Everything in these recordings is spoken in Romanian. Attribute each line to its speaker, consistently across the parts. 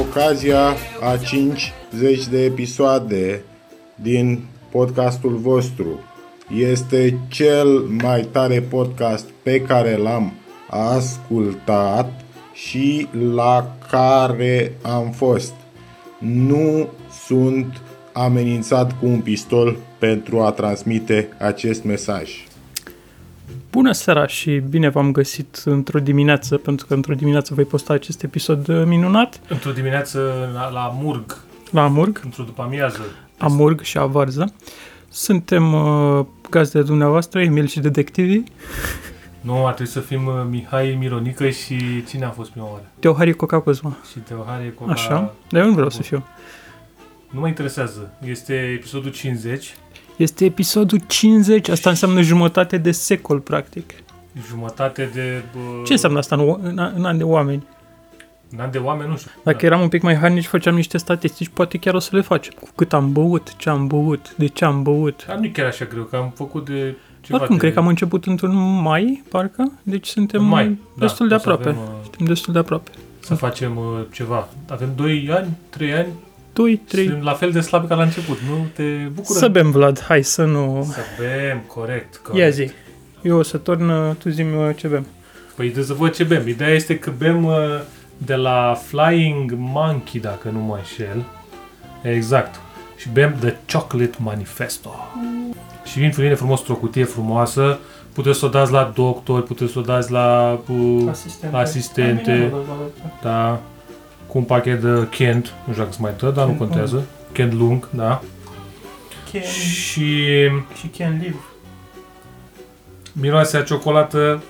Speaker 1: ocazia a 50 de episoade din podcastul vostru. Este cel mai tare podcast pe care l-am ascultat și la care am fost. Nu sunt amenințat cu un pistol pentru a transmite acest mesaj.
Speaker 2: Bună seara și bine v-am găsit într-o dimineață, pentru că într-o dimineață voi posta acest episod uh, minunat
Speaker 3: Într-o dimineață la, la Murg,
Speaker 2: la Amurg,
Speaker 3: într-o după amiază.
Speaker 2: Amurg și Avarză. Suntem uh, gazdele dumneavoastră, Emil și detectivii,
Speaker 3: Nu, ar trebui să fim uh, Mihai Mironică și cine a fost prima oară?
Speaker 2: Teohari Coca Cozma.
Speaker 3: Și Teohare Coca.
Speaker 2: Așa, dar eu nu vreau să fiu.
Speaker 3: Nu mă interesează. Este episodul 50,
Speaker 2: Este episodul 50, asta înseamnă jumătate de secol, practic.
Speaker 3: jumătate de... Bă,
Speaker 2: Ce înseamnă asta în, o- în, a- în ani de oameni?
Speaker 3: Un an de oameni, nu știu. Da.
Speaker 2: Dacă eram un pic mai harnici, făceam niște statistici, poate chiar o să le facem. Cu cât am băut, ce am băut, de ce am băut.
Speaker 3: Dar nu e chiar așa greu, că am făcut de ceva
Speaker 2: Oricum,
Speaker 3: de...
Speaker 2: cred că am început într-un mai, parcă, deci suntem
Speaker 3: În mai,
Speaker 2: mai,
Speaker 3: da,
Speaker 2: destul de
Speaker 3: o să
Speaker 2: aproape.
Speaker 3: avem, uh,
Speaker 2: Suntem destul de aproape.
Speaker 3: Să facem uh, ceva. Avem 2 ani, 3 ani,
Speaker 2: 2,
Speaker 3: 3.
Speaker 2: 3.
Speaker 3: suntem la fel de slabi ca la început, nu? Te bucură?
Speaker 2: Să bem, Vlad, hai să nu...
Speaker 3: Să bem, corect. corect.
Speaker 2: Ia zi. Eu o să torn, uh, tu zi ce bem.
Speaker 3: Păi de să văd ce bem. Ideea este că bem uh, de la Flying Monkey, dacă nu mă înșel. Exact. Și bem The Chocolate Manifesto. Și vin fine frumos într-o cutie frumoasă. Puteți să o dați la doctor, puteți să o dați la... Uh,
Speaker 2: Asistente.
Speaker 3: Asistente. Hai, bine, da, cu un pachet de Kent. Nu știu dacă se mai dă, dar nu
Speaker 2: Kent
Speaker 3: contează. Kent lung, da.
Speaker 2: Can,
Speaker 3: Și
Speaker 2: și can live.
Speaker 3: miroase a ciocolată.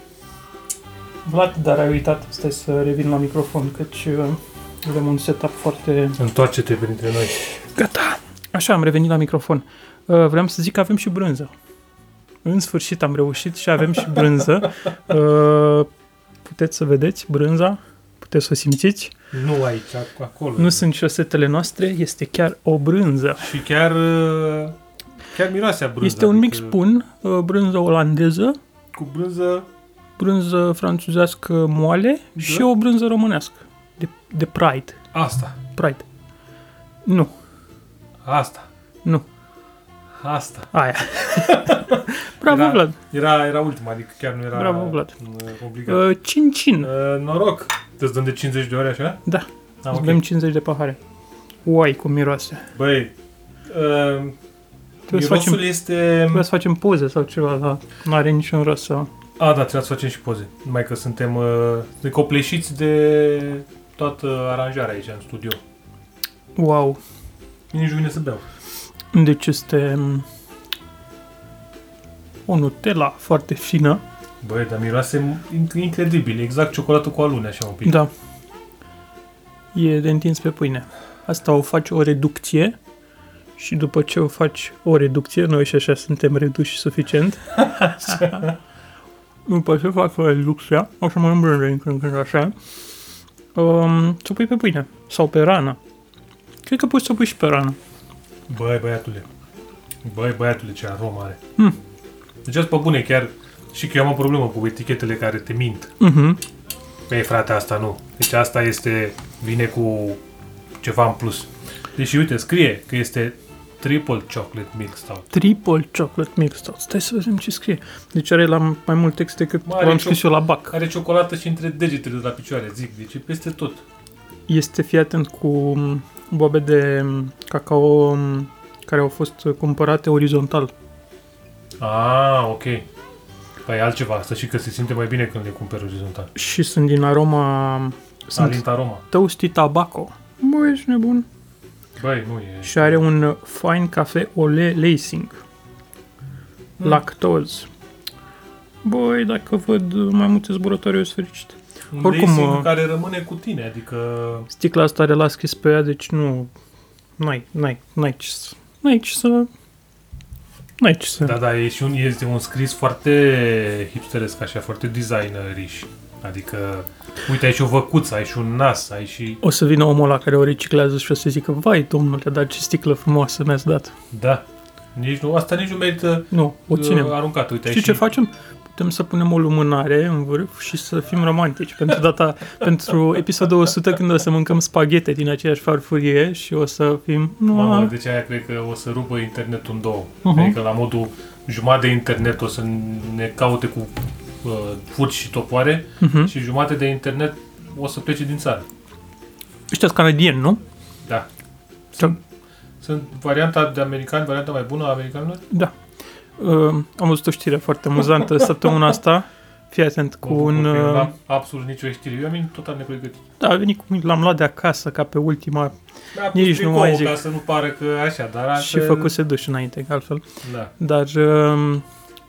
Speaker 2: Vlad, dar ai uitat, stai să revin la microfon, căci uh, avem un setup foarte...
Speaker 3: Întoarce-te printre noi.
Speaker 2: Gata! Așa, am revenit la microfon. Uh, Vreau să zic că avem și brânză. În sfârșit am reușit și avem și brânză. Uh, Puteți să vedeți brânza, puteți să o simțiți.
Speaker 3: Nu aici, ac- acolo.
Speaker 2: Nu sunt șosetele noastre, este chiar o brânză.
Speaker 3: Și chiar uh, chiar miroase a brânză.
Speaker 2: Este un mix
Speaker 3: adică
Speaker 2: bun, uh, brânză olandeză,
Speaker 3: Cu brânză,
Speaker 2: brânză franțuzească moale și o brânză românească de, de Pride.
Speaker 3: asta,
Speaker 2: Pride. Nu,
Speaker 3: asta,
Speaker 2: nu,
Speaker 3: asta.
Speaker 2: aia. Bravo,
Speaker 3: Era-
Speaker 2: Vlad.
Speaker 3: Era, era ultima, adică chiar nu era
Speaker 2: Bravo, Vlad.
Speaker 3: uh, obligat. Uh,
Speaker 2: Uh, Cin-cin.
Speaker 3: noroc! Te dăm de 50 de ore așa?
Speaker 2: Da,
Speaker 3: Da,
Speaker 2: îți
Speaker 3: ok.
Speaker 2: bem 50 de pahare. Uai, cum miroase.
Speaker 3: Băi, uh,
Speaker 2: Trebuie să,
Speaker 3: mirosul
Speaker 2: facem,
Speaker 3: este...
Speaker 2: trebuie să facem poze sau ceva, dar nu are niciun rost să...
Speaker 3: A, da, trebuie să facem și poze. Numai că suntem uh, de copleșiți de toată aranjarea aici în studio.
Speaker 2: Wow.
Speaker 3: Nici nu vine să beau.
Speaker 2: Deci este mm, o Nutella foarte fină.
Speaker 3: Băi, dar miroase inc- incredibil. Exact ciocolată cu alune, așa un pic.
Speaker 2: Da. E de întins pe pâine. Asta o faci o reducție și după ce o faci o reducție, noi și așa suntem reduși suficient, după ce fac o reducție, o să mănânc brânză din când în când așa, um, să o pui pe pâine sau pe rană. Cred că poți să o pui și pe rană.
Speaker 3: Băi, băiatule. Băi, băiatule, ce aromă are.
Speaker 2: Mm.
Speaker 3: Deci asta pe bune, chiar și că eu am o problemă cu etichetele care te mint.
Speaker 2: Mhm.
Speaker 3: Ei, frate, asta nu. Deci asta este, vine cu ceva în plus. Deci uite, scrie că este triple chocolate milk stout.
Speaker 2: Triple chocolate mix tot. Stai să vedem ce scrie. Deci are la mai mult text decât
Speaker 3: Mare
Speaker 2: am scris
Speaker 3: cioc-
Speaker 2: eu la BAC.
Speaker 3: Care ciocolată și între degetele de la picioare, zic, deci e peste tot.
Speaker 2: este fii atent cu mm, boabe de mm, cacao mm, care au fost uh, cumpărate orizontal.
Speaker 3: Ah, ok. Păi altceva, asta și că se simte mai bine când le cumperi orizontal.
Speaker 2: Și sunt din aroma... Sunt
Speaker 3: Alint aroma.
Speaker 2: toasty tobacco. Bă, ești nebun.
Speaker 3: Băi, nu e.
Speaker 2: Și are un uh, fine cafe ole lacing.
Speaker 3: Mm.
Speaker 2: Lactoz. Băi, dacă văd uh, mai multe zburători, eu sunt fericit.
Speaker 3: un
Speaker 2: oricum,
Speaker 3: racing
Speaker 2: uh,
Speaker 3: care rămâne cu tine, adică...
Speaker 2: Sticla asta are la scris pe ea, deci nu... N-ai, n-ai, n-ai ce să... N-ai ce să... N-ai ce să...
Speaker 3: Da, da, e și un, este un scris foarte hipsteresc, așa, foarte designerish. Adică, uite, ai și o văcuță, ai și un nas, ai și...
Speaker 2: O să vină omul ăla care o reciclează și o să zică Vai, domnule, dar ce sticlă frumoasă mi-ați dat.
Speaker 3: Da. Nici nu, asta nici nu merită
Speaker 2: Nu, o ținem.
Speaker 3: uh, aruncat. Uite, ai
Speaker 2: Știi
Speaker 3: și
Speaker 2: ce facem? putem să punem o lumânare în vârf și să fim romantici pentru data, pentru episodul 100 când o să mâncăm spaghete din aceeași farfurie și o să fim...
Speaker 3: Mamă, deci aia cred că o să rupă internetul în două.
Speaker 2: Mhm.
Speaker 3: Uh-huh. Adică la modul jumătate de internet o să ne caute cu uh, furci și topoare
Speaker 2: Mhm.
Speaker 3: și jumate de internet o să plece din țară.
Speaker 2: Ăștia sunt canadieni, nu?
Speaker 3: Da.
Speaker 2: Da.
Speaker 3: Sunt varianta de americani, varianta mai bună a americanilor?
Speaker 2: Da. Uh, am văzut o știre foarte amuzantă săptămâna asta. Fii atent cu
Speaker 3: Mă bucur
Speaker 2: un...
Speaker 3: că eu
Speaker 2: uh,
Speaker 3: n-am absolut nicio știre. Eu am venit total nepregătit.
Speaker 2: Da, a venit cu mine, l-am luat de acasă ca pe ultima
Speaker 3: Mi-a
Speaker 2: Nici nu
Speaker 3: pus tricoul
Speaker 2: mai zic.
Speaker 3: Ca să nu pară că așa, dar
Speaker 2: și
Speaker 3: altfel-
Speaker 2: făcuse duș înainte, că altfel.
Speaker 3: Da.
Speaker 2: Dar uh,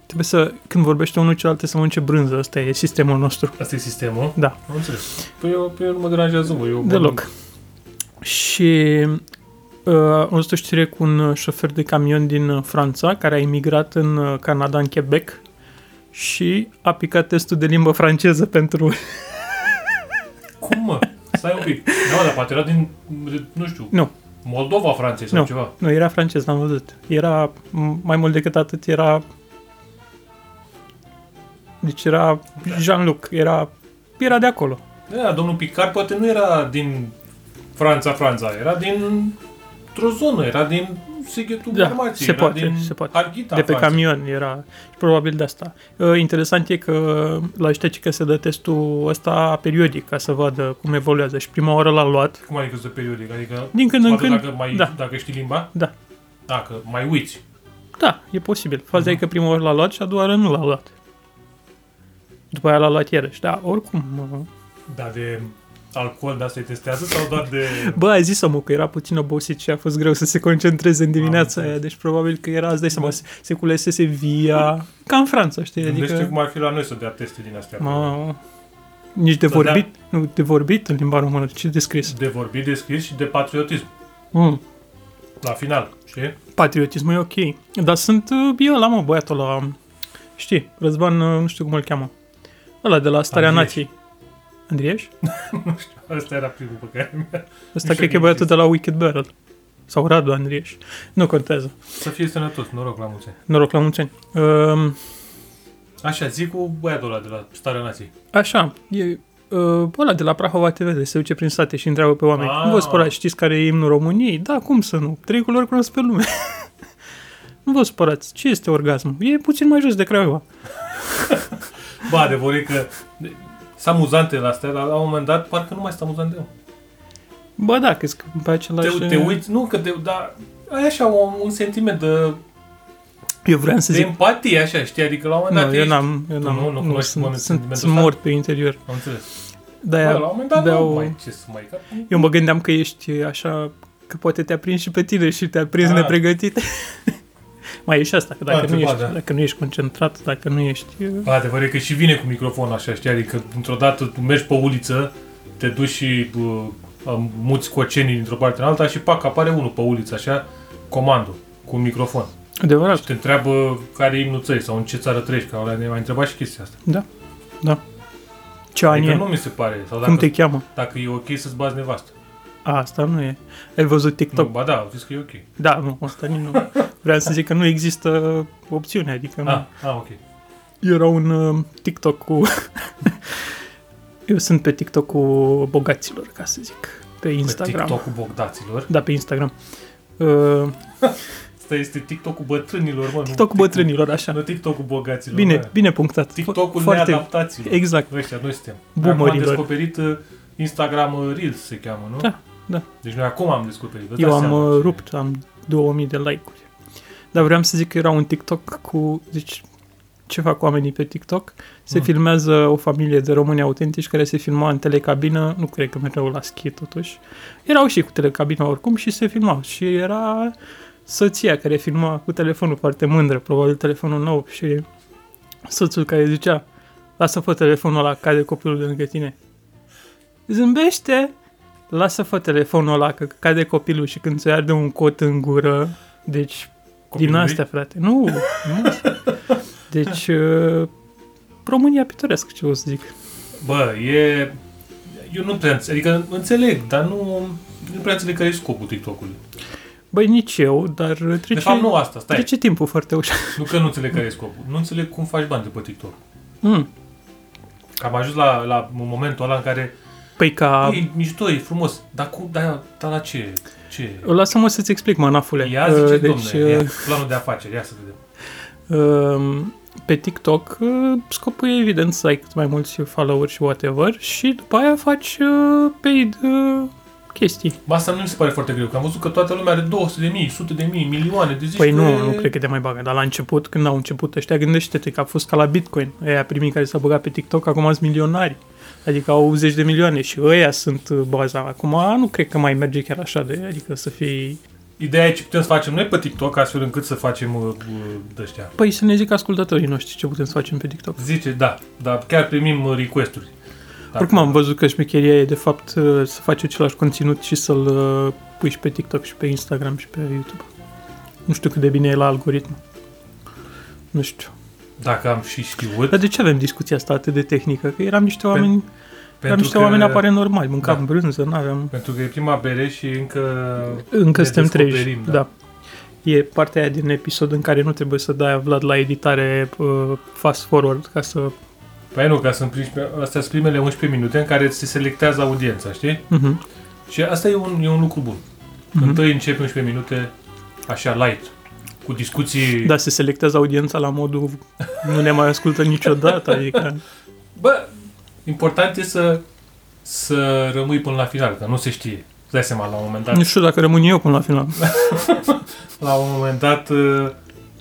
Speaker 2: trebuie să, când vorbește unul celălalt, să mănânce brânză. Asta e sistemul nostru.
Speaker 3: Asta e sistemul?
Speaker 2: Da.
Speaker 3: Am înțeles. Păi eu, pe eu nu mă deranjează, mă. Eu
Speaker 2: Deloc. Și uh, am văzut o știre cu un șofer de camion din uh, Franța care a emigrat în uh, Canada, în Quebec și a picat testul de limbă franceză pentru...
Speaker 3: Cum, mă? Stai un pic. Da, dar poate era din, nu știu,
Speaker 2: Nu.
Speaker 3: Moldova, Franței sau
Speaker 2: Nu.
Speaker 3: ceva.
Speaker 2: Nu, era francez, l-am văzut. Era, m- mai mult decât atât, era... Deci era Jean-Luc, era, era de acolo.
Speaker 3: Da, domnul Picard poate nu era din Franța, Franța. Era din într-o zonă, era din Sighetul
Speaker 2: Da,
Speaker 3: Dalmației,
Speaker 2: se
Speaker 3: era
Speaker 2: poate,
Speaker 3: din
Speaker 2: se poate.
Speaker 3: Harghita,
Speaker 2: de pe
Speaker 3: Franței.
Speaker 2: camion era și probabil de asta. Uh, Interesant e că la ăștia ci că se dă testul ăsta periodic ca să vadă cum evoluează și prima oară l-a luat.
Speaker 3: Cum adică să periodic? Adică
Speaker 2: Din când în
Speaker 3: poate
Speaker 2: când,
Speaker 3: dacă, mai,
Speaker 2: da.
Speaker 3: dacă știi limba,
Speaker 2: da,
Speaker 3: dacă mai uiți.
Speaker 2: da, e posibil. Faza
Speaker 3: Mhm.
Speaker 2: e că prima oară l-a luat și a doua oară nu l-a luat. După aia l-a luat iarăși, da, oricum. uh,
Speaker 3: Da, de alcool de asta îi testează sau doar de...
Speaker 2: Bă, ai zis omul că era puțin obosit și a fost greu să se concentreze în dimineața
Speaker 3: înțeles. Da.
Speaker 2: aia, deci probabil că era, îți dai seama, se- se culesese via, ca în Franța, știi,
Speaker 3: Gândește
Speaker 2: adică...
Speaker 3: cum ar fi la noi să dea teste din astea.
Speaker 2: Mă, nici de
Speaker 3: Să dea-
Speaker 2: vorbit, nu, de vorbit în limba română, ci de scris.
Speaker 3: De vorbit, de scris și de patriotism.
Speaker 2: Mm.
Speaker 3: La final, știi?
Speaker 2: Patriotismul e ok, dar sunt uh, eu la mă, băiatul la, știi, Răzvan, uh, nu știu cum îl cheamă, ăla de la Starea
Speaker 3: Andrieș.
Speaker 2: Nației. Andrieș?
Speaker 3: Asta era primul pe care mi-a...
Speaker 2: Ăsta
Speaker 3: știu
Speaker 2: cred că e
Speaker 3: cine
Speaker 2: băiatul de la Wicked Barrel. Sau Radu Andrieș. Nu contează.
Speaker 3: Să fie sănătos, noroc la mulți ani.
Speaker 2: Noroc la mulți ani. Um,
Speaker 3: Așa, zic cu băiatul ăla de la Starea Nației.
Speaker 2: Așa, e uh, ăla de la Prahova TV, se duce prin sate și întreabă pe oameni,
Speaker 3: Ah.
Speaker 2: cum vă spărați, știți care e imnul României? Da, cum să nu, trei culori cunosc pe lume. nu vă spărați, ce este orgasm? E puțin mai jos de Craiova.
Speaker 3: Bă, adevărul e că sunt amuzante la astea, dar la un moment dat parcă nu mai sunt amuzante. mă.
Speaker 2: Bă, da, crezi că pe același...
Speaker 3: Te, te uiți, nu, că te, dar ai așa un, un sentiment de,
Speaker 2: Eu vreau să
Speaker 3: de
Speaker 2: zic...
Speaker 3: empatie, așa, știi? Adică la un moment dat
Speaker 2: Nu, eu
Speaker 3: ești...
Speaker 2: n-am, eu
Speaker 3: Tu
Speaker 2: n-am,
Speaker 3: nu- nu cunoști oameni
Speaker 2: sunt,
Speaker 3: cu
Speaker 2: sunt,
Speaker 3: sentimentul
Speaker 2: sunt
Speaker 3: ăsta?
Speaker 2: mort pe interior.
Speaker 3: Am înțeles. Bă,
Speaker 2: De-aia,
Speaker 3: la un moment dat
Speaker 2: beau-
Speaker 3: nu mai ce să mai... Că,
Speaker 2: eu mă gândeam că ești așa, că poate te-a prins și pe tine și te-a prins
Speaker 3: Ah.
Speaker 2: nepregătit. mai e și asta, că dacă,
Speaker 3: Poate,
Speaker 2: nu ești,
Speaker 3: ba, da.
Speaker 2: dacă nu ești concentrat, dacă nu ești... uh,
Speaker 3: Bă, adevărul e că și vine cu microfon așa, știi? Adică dintr-o dată tu mergi pe uliță, te duci și bă, am- muți cocenii dintr-o parte în alta și pac, apare unul pe uliță, așa, comandul, cu un microfon.
Speaker 2: Adevărat.
Speaker 3: Te întreabă care e imnul țării sau în ce țară trăiești, că ăla ne mai întrebat și chestia asta.
Speaker 2: Da, da. Ce ani
Speaker 3: Adică
Speaker 2: e?
Speaker 3: nu mi se pare, sau
Speaker 2: Cum
Speaker 3: dacă,
Speaker 2: te cheamă?
Speaker 3: dacă e ok să-ți bați nevastă.
Speaker 2: A, asta nu e. Ai văzut
Speaker 3: Nu,
Speaker 2: TikTok?
Speaker 3: ba da, au zis că e ok.
Speaker 2: Da, nu, asta nici nu. Vreau să zic că nu există opțiune, adică
Speaker 3: Ah,
Speaker 2: nu.
Speaker 3: ah, ok.
Speaker 2: Era un uh, TikTok cu... Eu sunt pe TikTok cu bogaților, ca să zic. Pe Instagram.
Speaker 3: Pe TikTok-ul bogdaților.
Speaker 2: Da, pe Instagram. Uh,
Speaker 3: Asta este TikTok-ul bătrânilor, mă.
Speaker 2: TikTok cu bătrânilor, așa.
Speaker 3: Nu TikTok-ul bogaților.
Speaker 2: Bine,
Speaker 3: bă.
Speaker 2: bine punctat. Fo-
Speaker 3: TikTok-ul
Speaker 2: Foarte...
Speaker 3: neadaptaților.
Speaker 2: Exact.
Speaker 3: Noi ăștia, noi suntem. Acum am
Speaker 2: Boomerilor.
Speaker 3: descoperit uh, Instagram uh, Reels se cheamă, nu?
Speaker 2: Da, da.
Speaker 3: Deci noi acum am descoperit. vă
Speaker 2: Eu
Speaker 3: dați
Speaker 2: am
Speaker 3: seama.
Speaker 2: uh, rupt, am 2000 de like-uri. Dar vreau să zic că era un TikTok cu... Deci, ce fac oamenii pe TikTok? Se
Speaker 3: Mm.
Speaker 2: filmează o familie de români autentici care se filma în telecabină, nu cred că mergeau la schi totuși. Erau și cu telecabina oricum și se filmau. Și era soția care filma cu telefonul foarte mândră, probabil telefonul nou și soțul care zicea Lasă-fă telefonul ăla, cade copilul de lângă tine. Zâmbește! Lasă-fă telefonul ăla, că cade copilul și când se arde un cot în gură. Deci,
Speaker 3: Copilul
Speaker 2: din
Speaker 3: lui?
Speaker 2: astea, frate. Nu! nu. Deci, uh, România pitorească, ce o să zic.
Speaker 3: Bă, e... Eu nu prea înțeleg, adică înțeleg, dar nu, nu prea înțeleg care e scopul TikTok-ului.
Speaker 2: Băi, nici eu, dar trece,
Speaker 3: De fapt, nu asta, stai.
Speaker 2: trece timpul foarte ușor.
Speaker 3: Nu că nu înțeleg care e scopul. Nu înțeleg cum faci bani de pe TikTok.
Speaker 2: Mm.
Speaker 3: Că am ajuns la, la un momentul ăla în care
Speaker 2: Păi ca...
Speaker 3: a... e mișto, e frumos, dar, cu, dar, dar la ce? ce?
Speaker 2: Lasă-mă să-ți explic, mă, nafule.
Speaker 3: Ia zice,
Speaker 2: Uh,
Speaker 3: deci, domnule,
Speaker 2: uh,
Speaker 3: ia planul de afaceri, ia să vedem.
Speaker 2: Um, pe TikTok, uh, scopul e evident să ai cât mai mulți followeri și whatever și după aia faci uh, paid uh, chestii.
Speaker 3: Ba, asta nu mi se pare foarte greu, că am văzut că toată lumea are 200 de mii, sute de mii, milioane de zici
Speaker 2: Păi
Speaker 3: că
Speaker 2: nu,
Speaker 3: e-
Speaker 2: nu cred că te mai bagă, dar la început, când au început ăștia, gândește-te că a fost ca la Bitcoin. Ăia primii care s-au băgat pe TikTok, acum sunt milionari. Adică au 80 de milioane și ăia sunt uh, baza. Acum nu cred că mai merge chiar așa de, adică să fii...
Speaker 3: Ideea e ce putem să facem noi pe TikTok, astfel încât să facem uh, de ăștia.
Speaker 2: Păi să ne zic ascultătorii noștri ce putem să facem pe TikTok.
Speaker 3: Zice, da, dar chiar primim uh, request-uri. Dacă-
Speaker 2: Oricum am văzut că șmecheria e de fapt uh, să faci același conținut și să-l uh, pui și pe TikTok și pe Instagram și pe YouTube. Nu știu cât de bine e la algoritm. Nu știu.
Speaker 3: Dacă am și știut,
Speaker 2: Dar de ce avem discuția asta atât de tehnică? Că eram niște oameni, eram
Speaker 3: pentru
Speaker 2: niște
Speaker 3: că,
Speaker 2: că... oameni apare normali, mâncam
Speaker 3: Da.
Speaker 2: da. brânză, nu aveam...
Speaker 3: pentru că e prima bere și încă...
Speaker 2: Încă
Speaker 3: Ne
Speaker 2: suntem trei.
Speaker 3: descoperim, da.
Speaker 2: Da. da. E partea aia din episod în care nu trebuie să dai Vlad la editare uh, fast forward ca să...
Speaker 3: Păi nu, ca sunt prim- astea sunt primele 11 minute în care se selectează audiența, știi?
Speaker 2: Uh-huh.
Speaker 3: Mhm. Și asta e un, e un lucru bun. Mm-hmm.
Speaker 2: Mhm.
Speaker 3: Întâi începi 11 minute așa light, cu discuții...
Speaker 2: Da, se selectează audiența la modul nu ne mai ascultă niciodată, adică...
Speaker 3: Bă, important e să, să rămâi până la final, că nu se știe. Îți dai seama, la un moment dat,
Speaker 2: Nu știu dacă rămân eu până la final.
Speaker 3: la un moment dat uh,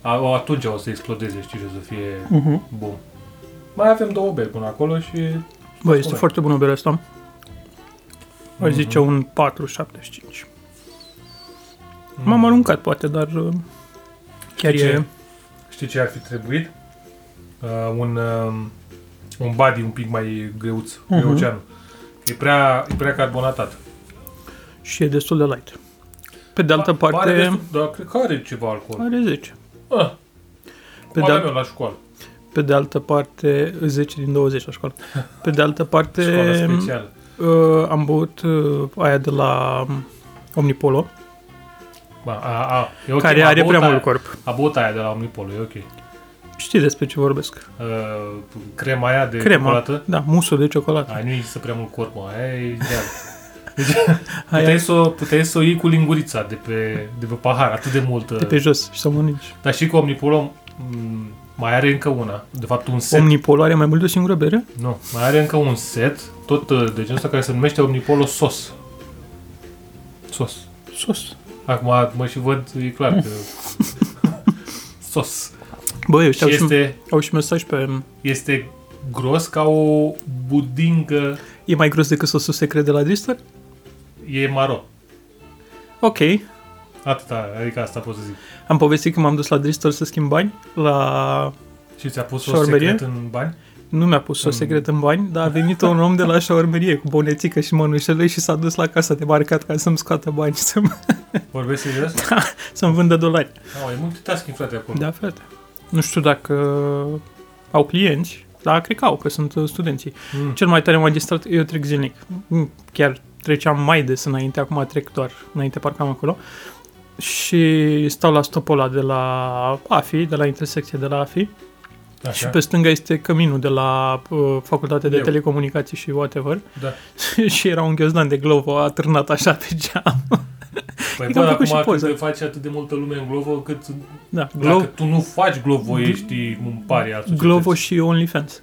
Speaker 3: a- atunci o să explodeze, știi, și o să fie
Speaker 2: Uh-huh.
Speaker 3: bun. Mai avem două beri până acolo și...
Speaker 2: Bă, este
Speaker 3: Spune.
Speaker 2: foarte bună berea asta.
Speaker 3: Mhm.
Speaker 2: Aș zice un 4,75. M-am
Speaker 3: mm,
Speaker 2: aruncat, poate, dar uh, chiar
Speaker 3: Mhm. Ce?
Speaker 2: e...
Speaker 3: Știi ce ar fi trebuit? Uh, un, uh, un body un pic mai greuț, uh-huh.
Speaker 2: Mhm.
Speaker 3: greucean. E prea, e prea carbonatat.
Speaker 2: și e destul de light. Pe de altă
Speaker 3: Ba- ba Are
Speaker 2: parte,
Speaker 3: destul, dar cred că are ceva alcool.
Speaker 2: are 10.
Speaker 3: Ah,
Speaker 2: Pe
Speaker 3: Pe
Speaker 2: de,
Speaker 3: da.
Speaker 2: al-
Speaker 3: meu la școală.
Speaker 2: pe de altă parte, 10 din 20 la școală. Pe de altă parte,
Speaker 3: Școala specială.
Speaker 2: uh, am băut uh, aia de la um, Omnipolo,
Speaker 3: Ba, a, a, e ok,
Speaker 2: care
Speaker 3: a
Speaker 2: are
Speaker 3: băut
Speaker 2: prea
Speaker 3: aia-
Speaker 2: mult corp.
Speaker 3: A băut aia de la Omnipolo, e ok.
Speaker 2: Știi despre ce vorbesc.
Speaker 3: Uh, crema aia de
Speaker 2: Crema,
Speaker 3: ciocolată.
Speaker 2: da, musul de ciocolată.
Speaker 3: Aia nu există prea mult corp, mă. Aia e ideal. Deci, puteai, să, o- puteai să o iei cu lingurița de pe, de pe pahar, atât de mult. uh,
Speaker 2: De pe jos și să mănânci.
Speaker 3: Dar și cu Omnipolo m, mm, mai are încă una. De fapt, un set.
Speaker 2: Omnipolo are mai mult de o singură bere?
Speaker 3: Nu, mai are încă un set, tot uh, de genul ăsta, care se numește Omnipolo Sos. Sos.
Speaker 2: Sos.
Speaker 3: Acum mă și văd, e clar că... Sos.
Speaker 2: Băi,
Speaker 3: Și
Speaker 2: ăștia au și,
Speaker 3: este,
Speaker 2: au și mesaj pe...
Speaker 3: este gros ca o budingă...
Speaker 2: E mai gros decât sosul secret de la Dristor?
Speaker 3: E maro.
Speaker 2: Ok.
Speaker 3: Atâta, adică asta pot să zic.
Speaker 2: Am povestit că m-am dus la Dristor să schimb bani. La...
Speaker 3: Și ți-a pus sos
Speaker 2: Șorberie?
Speaker 3: secret în bani?
Speaker 2: Nu mi-a pus sos
Speaker 3: Mm.
Speaker 2: secret în bani, dar a venit un om de la șaormerie cu bonețică și mănușele și s-a dus la casa de marcat ca să-mi scoată bani și să-mi,
Speaker 3: Vorbești serios?
Speaker 2: să-mi vândă dolari.
Speaker 3: Au, e multitasking, frate, acolo.
Speaker 2: Da, frate. Nu știu dacă au clienți, dar cred că au, că sunt uh, studenții.
Speaker 3: Mm.
Speaker 2: Cel mai tare m-a distrat, eu trec zilnic. Mm, Chiar treceam mai des înainte, acum trec doar înainte, parcam acolo. Și stau la stopul ăla de la AFI, de la intersecție de la AFI.
Speaker 3: Da. Așa.
Speaker 2: Și pe stânga este căminul de la uh, Facultatea de
Speaker 3: Eu.
Speaker 2: Telecomunicații și whatever.
Speaker 3: Da.
Speaker 2: și era un ghiozdan de glovă atârnat așa pe geam.
Speaker 3: Păi
Speaker 2: Cred că
Speaker 3: bă,
Speaker 2: am făcut
Speaker 3: acum
Speaker 2: și
Speaker 3: și
Speaker 2: poze.
Speaker 3: când faci atât de multă lume în Glovo, cât
Speaker 2: Da,
Speaker 3: dacă
Speaker 2: Glo-
Speaker 3: tu nu faci Glovo, ești un pari al societății.
Speaker 2: Glovo și OnlyFans.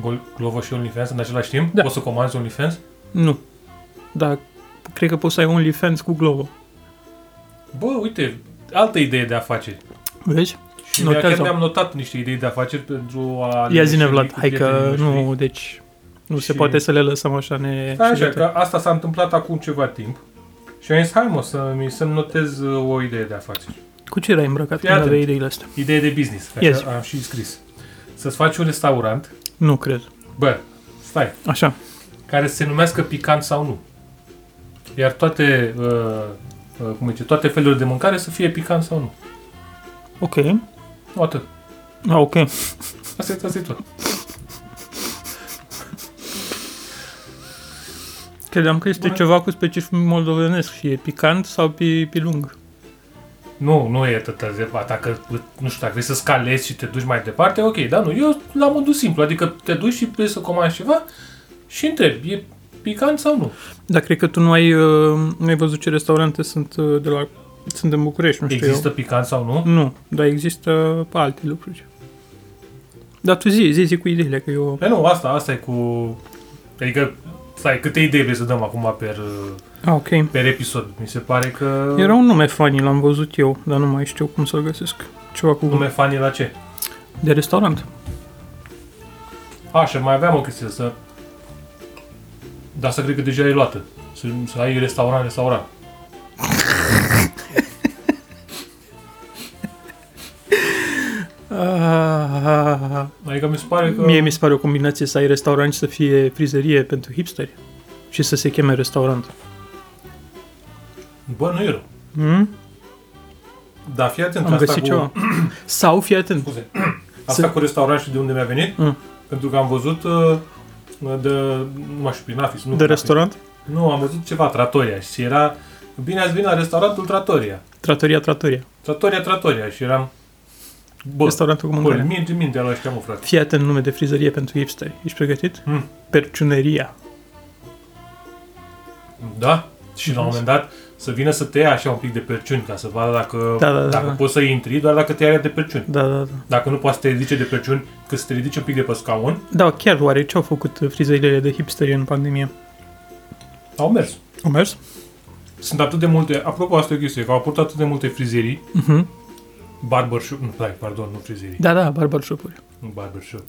Speaker 3: Gol- Glovo și OnlyFans în același timp?
Speaker 2: Da.
Speaker 3: Poți să comanzi OnlyFans?
Speaker 2: Nu. Dar cred că poți să ai OnlyFans cu Glovo.
Speaker 3: Bă, uite, altă idee de afaceri.
Speaker 2: Vezi?
Speaker 3: Și mi
Speaker 2: Notează.
Speaker 3: chiar mi-am notat niște idei de afaceri pentru a...
Speaker 2: Ia
Speaker 3: le
Speaker 2: zine
Speaker 3: șeri
Speaker 2: Vlad,
Speaker 3: cu
Speaker 2: hai că
Speaker 3: prietenii noștri.
Speaker 2: nu, deci nu se
Speaker 3: Și-
Speaker 2: poate să le lăsăm așa ne...
Speaker 3: Da, Așa, că asta s-a întâmplat acum ceva timp. Și am zis, hai mă, să, mi, să-mi notez uh, o idee de afaceri.
Speaker 2: Cu ce erai îmbrăcat
Speaker 3: Fii
Speaker 2: când
Speaker 3: atent.
Speaker 2: aveai ideile astea?
Speaker 3: Idee de business, că
Speaker 2: Yes.
Speaker 3: așa am și scris. Să-ți faci un restaurant,
Speaker 2: Nu cred.
Speaker 3: bă, stai,
Speaker 2: Așa.
Speaker 3: care se numească picant sau nu. Iar toate, uh, uh, cum zice, toate felurile de mâncare să fie picant sau nu.
Speaker 2: Ok.
Speaker 3: Nu atât.
Speaker 2: Ah, ok.
Speaker 3: Asta e, asta e tot.
Speaker 2: Credeam că este
Speaker 3: Bună.
Speaker 2: ceva cu specific moldovenesc și e picant sau pe, pe lung.
Speaker 3: Nu, nu e tătăzepa. Dacă, nu știu, dacă vrei să scalezi și te duci mai departe, ok, dar nu, eu la modul simplu. Adică te duci și vrei să comanzi ceva și întrebi, e picant sau nu?
Speaker 2: Dar cred că tu nu ai, uh, nu ai văzut ce restaurante sunt uh, de la sunt în București, nu știu
Speaker 3: Există picant sau nu?
Speaker 2: eu. Nu, dar există alte lucruri. Dar tu zi, zi, zi cu ideile, că eu...
Speaker 3: Păi nu, asta, asta e cu... Adică, stai, câte idei vrei să dăm acum per,
Speaker 2: Ah, ok.
Speaker 3: per episod? Mi se pare că...
Speaker 2: Era un nume funny, l-am văzut eu, dar nu mai știu cum să-l găsesc. Ceva cu
Speaker 3: nume fanii la ce?
Speaker 2: de restaurant.
Speaker 3: Așa, mai aveam o chestie să... Dar să cred că deja e luată. Să, să ai restaurant, restaurant.
Speaker 2: Ah,
Speaker 3: Adică mi se pare că...
Speaker 2: mie mi se pare o combinație să ai restaurant și să fie frizerie pentru hipsteri și să se cheme restaurant.
Speaker 3: Bă, nu e rău.
Speaker 2: Hmm?
Speaker 3: Dar fii atent
Speaker 2: Am
Speaker 3: asta
Speaker 2: găsit
Speaker 3: cu...
Speaker 2: ceva. Sau, fii atent,
Speaker 3: Scuze. asta
Speaker 2: Să-
Speaker 3: cu restaurant și de unde mi-a venit?
Speaker 2: Mm.
Speaker 3: Pentru că am văzut... uh, De, nu mai știu, prin Afis, nu
Speaker 2: de
Speaker 3: prin
Speaker 2: restaurant,
Speaker 3: Afis. Nu, am văzut ceva, Tratoria. Și era... Bine ați venit la restaurantul Tratoria.
Speaker 2: tratoria, tratoria,
Speaker 3: Tratoria, Tratoria. Și eram... Bă,
Speaker 2: restaurantul cu
Speaker 3: bă,
Speaker 2: mâncare.
Speaker 3: minte, minte la ăștia, mă, frate.
Speaker 2: Fii atent nume de frizerie pentru hipsteri. Ești pregătit?
Speaker 3: Mm.
Speaker 2: Perciuneria.
Speaker 3: Da? Și la un moment dat să vină să te ia așa un pic de perciuni ca să vadă dacă,
Speaker 2: Da, da, da,
Speaker 3: dacă
Speaker 2: da.
Speaker 3: poți să intri, doar dacă te ia de perciuni.
Speaker 2: Da, da, da.
Speaker 3: Dacă nu poți să te ridice de perciuni, că să te ridici un pic de pe scaun,
Speaker 2: Da, chiar oare ce au făcut uh, frizeriile de hipsteri în pandemie?
Speaker 3: au mers.
Speaker 2: Au mers?
Speaker 3: Sunt atât de multe, apropo asta e o chestie, că au apărut atât de multe frizerii,
Speaker 2: Mhm.
Speaker 3: barbershop, nu, stai, pardon, nu frizerii,
Speaker 2: Da, da, barbershop-uri.
Speaker 3: nu barbershop.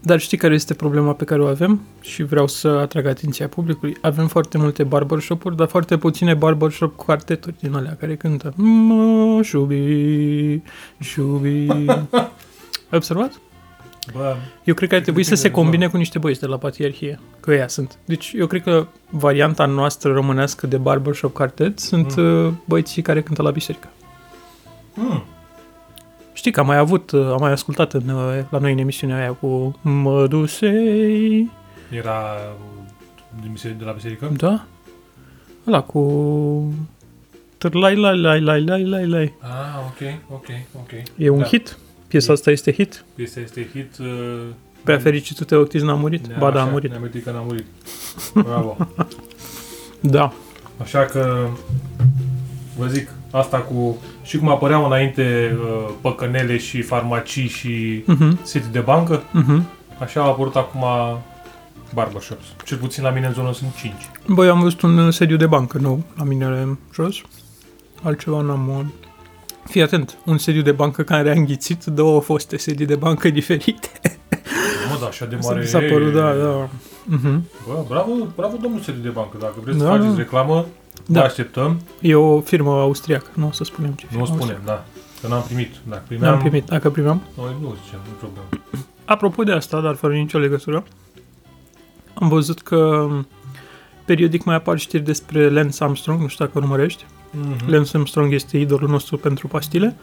Speaker 2: Dar știi care este problema pe care o avem? Și vreau să atrag atenția publicului. Avem foarte multe barbershop-uri, dar foarte puține barbershop quarteturi din alea care cântă. Mă, șubi, șubi. Ai observat?
Speaker 3: Bă,
Speaker 2: Eu cred că ar trebui să se combine cu niște băieți de la patriarhie, că ea sunt. Deci eu cred că varianta noastră românească de barbershop quartet sunt mm. băieții care cântă la biserică.
Speaker 3: hmm,
Speaker 2: Știi că am mai avut, uh, am mai ascultat în, uh, la noi în emisiunea aia cu Mădusei,
Speaker 3: era din biserică- de la biserică?
Speaker 2: Da? Ăla cu... Târlai, lai, lai, lai, lai, lai, lai.
Speaker 3: Ah, ok, ok, ok.
Speaker 2: E un
Speaker 3: Da.
Speaker 2: da. hit? Piesa asta este hit?
Speaker 3: Este, este hit... Uh,
Speaker 2: Prea fericitul tău, Ortiz n-a murit?
Speaker 3: ne-am
Speaker 2: Ba da, a
Speaker 3: așa-
Speaker 2: murit.
Speaker 3: Ne-am amintit că n-a murit. Bravo.
Speaker 2: Da.
Speaker 3: Așa că vă zic, asta cu și cum apăreau înainte uh, păcănele și farmacii și
Speaker 2: Mhm,
Speaker 3: site de bancă,
Speaker 2: mhm.
Speaker 3: așa au apărut acum barbershops. Cel puțin la mine în zonă sunt 5.
Speaker 2: Băi, am văzut un uh, sediu de bancă nou la mine jos. Altceva n-am... uh, Fii atent, un sediu de bancă care a înghițit două foste sedii de bancă diferite.
Speaker 3: Mă, da, așa de
Speaker 2: Asta
Speaker 3: mare...
Speaker 2: mi s-a părut, da, da. Mhm.
Speaker 3: Bă, bravo, bravo domnul sediu de bancă. Dacă vreți să
Speaker 2: Da,
Speaker 3: faceți
Speaker 2: da.
Speaker 3: reclamă, da.
Speaker 2: Da.
Speaker 3: vă așteptăm.
Speaker 2: E o firmă austriacă, nu o să spunem ce
Speaker 3: Nu
Speaker 2: firmă
Speaker 3: o
Speaker 2: austriacă.
Speaker 3: spunem, da. Că n-am primit. Dacă primeam,
Speaker 2: N-am primit, dacă primeam.
Speaker 3: Noi nu zicem, nu problemă.
Speaker 2: Apropo de asta, dar fără nicio legătură, am văzut că um, periodic mai apar știri despre Lance Armstrong, nu știu dacă urmărești.
Speaker 3: Mhm.
Speaker 2: Lance Armstrong este idolul nostru pentru pastile.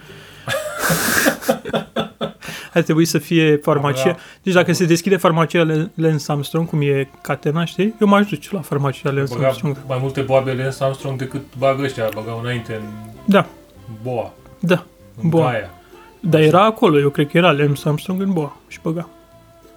Speaker 2: Ar trebui să fie farmacia.
Speaker 3: Abia.
Speaker 2: Deci dacă se deschide farmacia Le- Lance Armstrong, cum e catena, știi? Eu m-aș duce la farmacia Lance
Speaker 3: Băga
Speaker 2: Armstrong.
Speaker 3: mai multe boabe Lance Armstrong decât bagă ăștia, băgau înainte în
Speaker 2: Da,
Speaker 3: boa,
Speaker 2: da.
Speaker 3: în
Speaker 2: Boa.
Speaker 3: gaia.
Speaker 2: Dar era acolo, eu cred că era Lance Armstrong în boa și băga.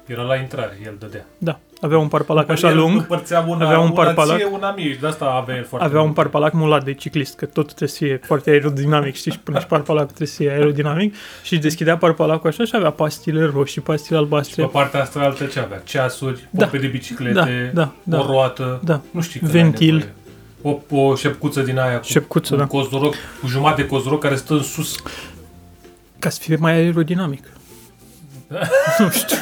Speaker 3: Era la intrare, el dădea.
Speaker 2: Da, avea un parpalac așa lung.
Speaker 3: Împărțea una,
Speaker 2: avea un
Speaker 3: una
Speaker 2: parpalac.
Speaker 3: Ție, una mie, de asta avea el foarte
Speaker 2: Avea un
Speaker 3: mult.
Speaker 2: parpalac mulat de ciclist, că tot trebuie să fie foarte aerodinamic, știi, și până și parpalacul trebuie să fie aerodinamic și își deschidea parpalacul așa și avea pastile roșii, pastile
Speaker 3: Pe
Speaker 2: albastre,
Speaker 3: partea asta altă ce avea? Ceasuri,
Speaker 2: Da.
Speaker 3: pompe de
Speaker 2: da,
Speaker 3: biciclete,
Speaker 2: da, da,
Speaker 3: o roată,
Speaker 2: da,
Speaker 3: nu știu cât
Speaker 2: Ventil.
Speaker 3: are nevoie. O, o șepcuță din aia cu,
Speaker 2: șepcuță,
Speaker 3: un
Speaker 2: da,
Speaker 3: cozoroc, cu jumătate de cozoroc care stă în sus.
Speaker 2: ca să fie mai aerodinamic. nu știu.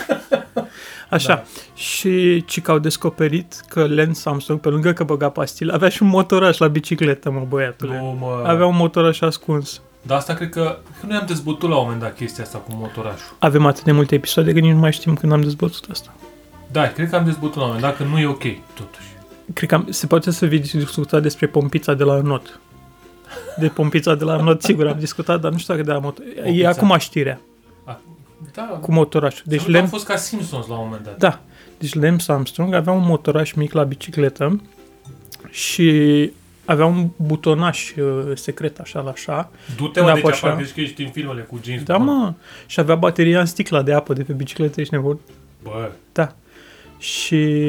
Speaker 2: Așa.
Speaker 3: Da.
Speaker 2: Și ci că au descoperit că Lance Samsung, pe lângă că băga pastile, avea și un motoraș la bicicletă, mă, băiatule.
Speaker 3: Nu, mă.
Speaker 2: Avea un motoraș ascuns.
Speaker 3: Dar asta cred că, cred că noi am dezbătut la un moment dat chestia asta cu motorașul.
Speaker 2: Avem atât de multe episoade că nici nu mai știm când am dezbătut asta.
Speaker 3: Da, cred că am dezbătut la un moment dat că nu e ok, totuși.
Speaker 2: Cred că am- se poate să vi discuta despre pompița de la not. De pompița de la not, sigur, am discutat, dar nu știu dacă de la motor. E
Speaker 3: Pompița.
Speaker 2: acum știrea,
Speaker 3: Da,
Speaker 2: cu motorașul. Deci,
Speaker 3: deci le... am
Speaker 2: Lem,
Speaker 3: fost ca Simpsons la un moment dat.
Speaker 2: Da. deci Lem Armstrong avea un motoraș mic la bicicletă și avea un butonaș uh, secret, așa, la așa.
Speaker 3: Du-te, mă, deci
Speaker 2: Înapoi așa.
Speaker 3: afară, crezi că ești în filmele cu James
Speaker 2: Da,
Speaker 3: Bond.
Speaker 2: mă. Și avea bateria în sticla de apă de pe bicicletă, ești nebun.
Speaker 3: Bă,
Speaker 2: Da. Și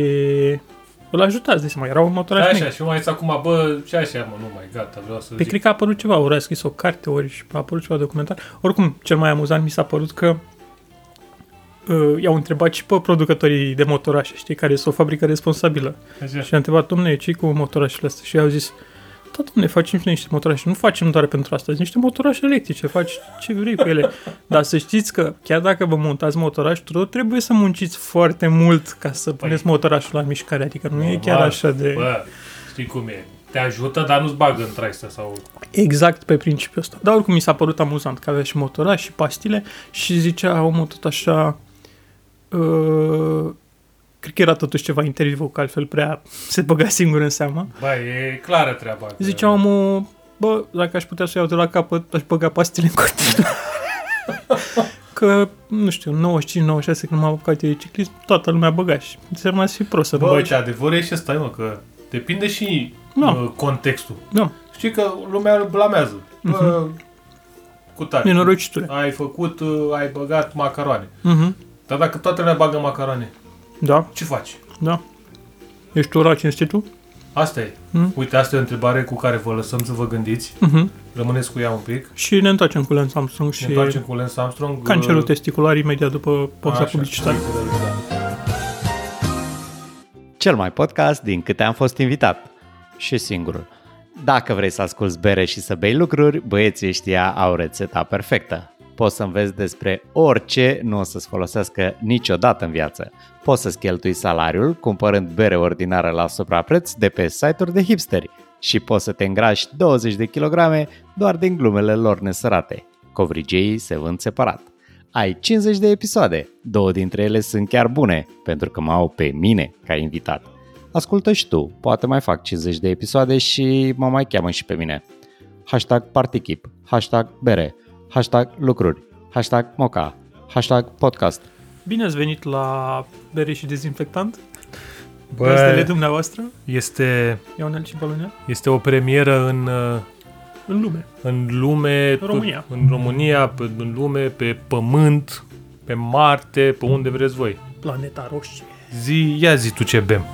Speaker 2: îl ajutați, de seama, era următoarea
Speaker 3: așa,
Speaker 2: așa,
Speaker 3: și mai acum, bă, și așa, mă, nu mai, gata, vreau să
Speaker 2: Pe
Speaker 3: zic.
Speaker 2: cred că a apărut ceva, ori a scris o carte, ori și a apărut ceva documentar. Oricum, cel mai amuzant mi s-a părut că uh, i-au întrebat și pe producătorii de motorașe, știi, care sunt o fabrică responsabilă.
Speaker 3: Așa.
Speaker 2: Și i-a întrebat, domne, ce cu motorașele astea? Și i-au zis, da, domne, facem și noi niște motorașe. Nu facem doar pentru asta, sunt niște motorașe electrice, faci ce vrei cu ele. Dar să știți că chiar dacă vă montați motoraș, tot trebuie să munciți foarte mult ca să puneți motorașul la mișcare. Adică nu e chiar
Speaker 3: Păi. Normal.
Speaker 2: așa de...
Speaker 3: Bă, știi cum e. Te ajută, dar nu-ți bagă în traistă sau...
Speaker 2: Exact pe principiul ăsta. Dar oricum mi s-a părut amuzant că avea și motoraș și pastile și zicea omul tot așa... Uh, cred că era totuși ceva interviu, că altfel prea se băga singur în seamă.
Speaker 3: Bă, e clară treaba. că-
Speaker 2: Zicea omul, bă, dacă aș putea să o iau de la capăt, aș băga pastile în cortină. că, nu știu, 95-96, când m-am apucat eu de ciclism, toată lumea băga și înseamnă să fii prost să nu
Speaker 3: Bă,
Speaker 2: bagi.
Speaker 3: uite, adevărul e și ăsta, mă, că depinde și
Speaker 2: Da.
Speaker 3: uh, contextul.
Speaker 2: Da,
Speaker 3: Știi că lumea îl blamează. Bă, cu tare.
Speaker 2: Mhm. nenorocitule.
Speaker 3: Ai făcut, uh, ai băgat macaroane.
Speaker 2: Mhm,
Speaker 3: Dar dacă toată lumea bagă macaroane,
Speaker 2: Da,
Speaker 3: ce faci?
Speaker 2: da. Ești ura cinstitul?
Speaker 3: Asta e.
Speaker 2: Mhm.
Speaker 3: Uite, asta e o întrebare cu care vă lăsăm să vă gândiți.
Speaker 2: Mhm.
Speaker 3: Rămâneți cu ea un pic.
Speaker 2: Și ne întoarcem cu Len Samsung și
Speaker 3: Ne întoarcem cu Lance Armstrong.
Speaker 2: cancerul
Speaker 3: uh,
Speaker 2: testicular imediat după pauza
Speaker 3: așa,
Speaker 2: publicitară.
Speaker 3: da.
Speaker 4: cel mai podcast din câte am fost invitat. Și singurul. Dacă vrei să asculți bere și să bei lucruri, băieții ăștia au rețeta perfectă. Poți să înveți despre orice nu o să-ți folosească niciodată în viață. Poți să-ți cheltui salariul cumpărând bere ordinară la suprapreț de pe site-uri de hipsteri și poți să te îngrași 20 de kilograme doar din glumele lor nesărate. Covrigeii se vând separat. Ai 50 de episoade, două dintre ele sunt chiar bune, pentru că mă au pe mine ca invitat. Ascultă și tu, poate mai fac 50 de episoade și mă mai cheamă și pe mine. Hashtag Partichip, hashtag bere, hashtag lucruri, hashtag moca, hashtag podcast.
Speaker 2: Bine ați venit la bere și dezinfectant. Bă.
Speaker 3: Bă,
Speaker 2: dumneavoastră,
Speaker 3: este,
Speaker 2: iau un și balonel,
Speaker 3: este o premieră în uh,
Speaker 2: în lume.
Speaker 3: în lume, pe-
Speaker 2: România.
Speaker 3: în România, pe, în lume, pe pământ, pe Marte, pe unde vreți voi.
Speaker 2: Planeta roșie.
Speaker 3: Zi, ia zi tu ce bem.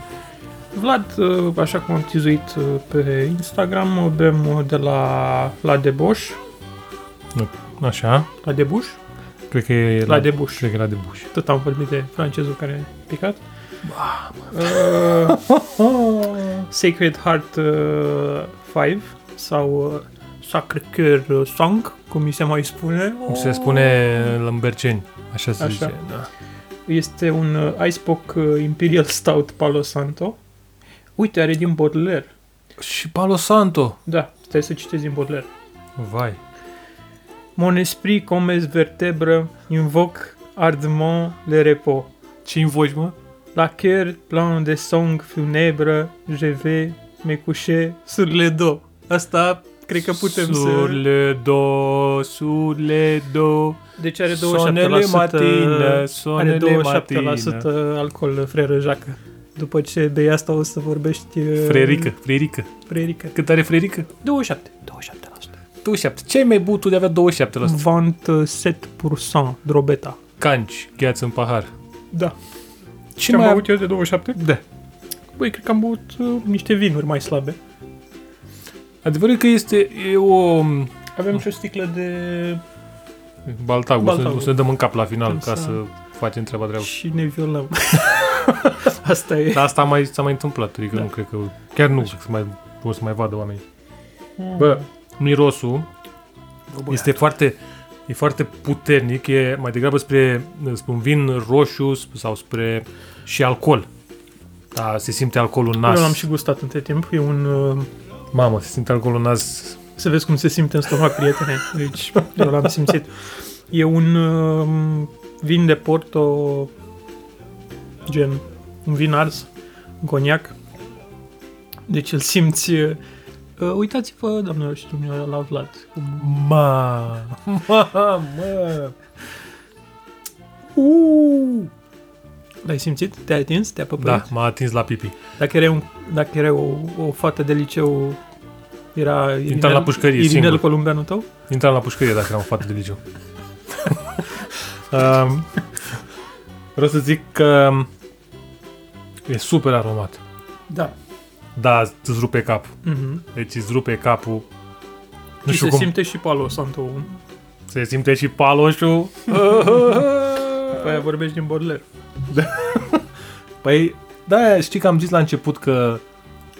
Speaker 2: Vlad, uh, așa cum am tizuit uh, pe Instagram, uh, bem uh, de la la Deboș,
Speaker 3: Așa,
Speaker 2: la Debuș,
Speaker 3: cred că e
Speaker 2: la Debuș.
Speaker 3: Cred că e la debuș.
Speaker 2: Tot am vorbit de francezul care a picat. Uh, Sacred Heart uh, 5 sau uh, Sacré-Cœur uh, Sang, cum mi se mai spune.
Speaker 3: Cum se spune în berceni, așa se
Speaker 2: Așa.
Speaker 3: zice. Da.
Speaker 2: Este un uh, Icepock uh, Imperial Stout Palo Santo. Uite, are din Baudelaire.
Speaker 3: Și Palo Santo.
Speaker 2: Da, stai să citesc din Baudelaire.
Speaker 3: Vai.
Speaker 2: Mon esprit comme es vertebre invoque ardemment le repos.
Speaker 3: Ce invoci, mă?
Speaker 2: La cœur plein de song funèbre, je vais me coucher sur les dos. Asta cred că putem să...
Speaker 3: Sule do, sule do,
Speaker 2: Deci are 27%,
Speaker 3: sonele matină,
Speaker 2: are
Speaker 3: sonele
Speaker 2: 27%
Speaker 3: matină.
Speaker 2: alcool, freră Jacă. După ce bei asta o să vorbești... uh,
Speaker 3: Frerică, frerică.
Speaker 2: Frerică.
Speaker 3: Cât are frerică?
Speaker 2: 27. 27%.
Speaker 3: 27. Ce mai but tu de avea 27%?
Speaker 2: Hmm. uh, Vant drobeta.
Speaker 3: Canci, gheață în pahar.
Speaker 2: Da.
Speaker 3: Ce mai avut?
Speaker 2: eu de 27?
Speaker 3: Da.
Speaker 2: Băi, cred că am băut uh, niște vinuri mai slabe.
Speaker 3: Adevărul e că este e o... mm,
Speaker 2: Avem și o sticlă de...
Speaker 3: Baltagul, Baltagul.
Speaker 2: Baltagul.
Speaker 3: O să ne dăm în cap la final
Speaker 2: Putem
Speaker 3: ca
Speaker 2: să-
Speaker 3: să facem treaba dreaptă.
Speaker 2: Și ne violăm. Asta e.
Speaker 3: Dar asta mai, s-a mai întâmplat, adică da. nu cred că... Chiar nu cred că să mai, o să mai vadă oamenii.
Speaker 2: Hmm.
Speaker 3: Bă, mirosul este foarte, e foarte puternic, e mai degrabă spre, spre un vin roșu sp- sau spre... și alcool. Da, se simte alcoolul în nas.
Speaker 2: Eu l-am și gustat între timp. E un... uh,
Speaker 3: Mamă, se simte alcoolul în nas.
Speaker 2: Să vezi cum se simte în stomac, prietene. Deci, eu l-am simțit. E un uh, vin de Porto, gen, un vin ars, un coniac. Deci îl simți... Uh, uh, uitați-vă, doamnelor și domnilor, la Vlad.
Speaker 3: Ma, ma, ma.
Speaker 2: Uuu! L-ai simțit? Te-ai atins? Te-a
Speaker 3: Da,
Speaker 2: păpărit?
Speaker 3: m-a atins la pipi.
Speaker 2: Dacă erai, un, dacă erai o, o fată de liceu Era Irinel,
Speaker 3: la pușcărie
Speaker 2: Irinel
Speaker 3: singur.
Speaker 2: Columbeanu tău?
Speaker 3: Intram la pușcărie dacă eram fată de liceu. um, vreau să zic că e super aromat.
Speaker 2: Da.
Speaker 3: Da, îți rupe capul.
Speaker 2: Mm-hmm.
Speaker 3: Deci îți rupe capul. Nu
Speaker 2: Și
Speaker 3: știu
Speaker 2: se
Speaker 3: cum.
Speaker 2: simte și Palo Santo.
Speaker 3: Se simte și paloșul.
Speaker 2: După aia vorbești din Baudelaire.
Speaker 3: Păi, da, știi că am zis la început că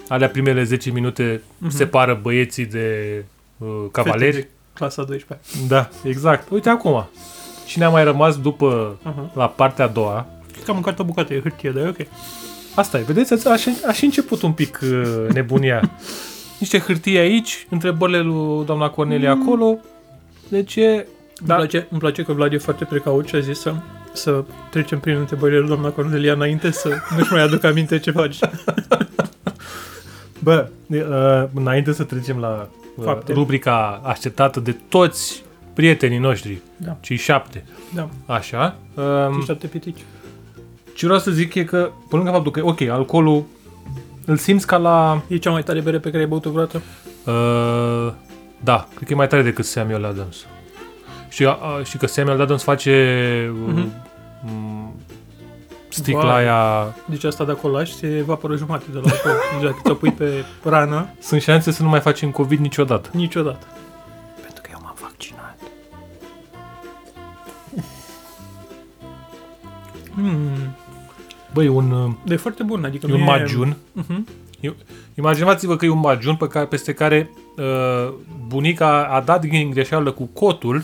Speaker 3: alea primele 10 minute mm-hmm.
Speaker 2: Mhm.
Speaker 3: separă băieții de uh, cavaleri.
Speaker 2: Fete de Clasa 12.
Speaker 3: Da, exact. Uite acum. Cine a mai rămas după
Speaker 2: Aha.
Speaker 3: la partea a doua?
Speaker 2: Cred că am mâncat o bucată de hârtie, dar e ok.
Speaker 3: Asta e, vedeți, ați- aș, aș început un pic uh, nebunia. Niște hârtii aici, întrebările lui doamna Cornelia acolo. De ce?
Speaker 2: Da. Îmi, place, îmi place că Vlad e foarte precaut și a zis să, să trecem prin întrebările lui doamna Cornelia înainte să nu-și mai aduc aminte ce faci.
Speaker 3: Bă, e, uh, înainte să trecem la uh,
Speaker 2: Fapte.
Speaker 3: rubrica așteptată de toți prietenii noștri,
Speaker 2: Da.
Speaker 3: cei șapte,
Speaker 2: Da,
Speaker 3: așa, um,
Speaker 2: și șapte pitici.
Speaker 3: ce vreau să zic e că, pe lângă faptul că, ok, alcoolul îl simți ca la...
Speaker 2: E cea mai tare bere pe care ai băut-o vreodată?
Speaker 3: Uh, da, cred că e mai tare decât Samuel Adams. Și, uh, și că Samuel Adams face uh,
Speaker 2: Mhm.
Speaker 3: mm, sticla
Speaker 2: Vai.
Speaker 3: aia...
Speaker 2: Deci asta de acolo lași, se evaporă jumate de la alcool. Deci dacă ți-o pui pe rană,
Speaker 3: Sunt șanse să nu mai facem COVID niciodată.
Speaker 2: niciodată.
Speaker 3: Pentru că eu m-am vaccinat.
Speaker 2: Mm.
Speaker 3: Hmm. Băi, un... Uh,
Speaker 2: Dar e foarte bun, adică
Speaker 3: E
Speaker 2: nu
Speaker 3: un magiun.
Speaker 2: Mhm.
Speaker 3: Eu- Imaginați-vă că e un magiun pe care, peste care uh, bunica a dat din greșeală cu cotul,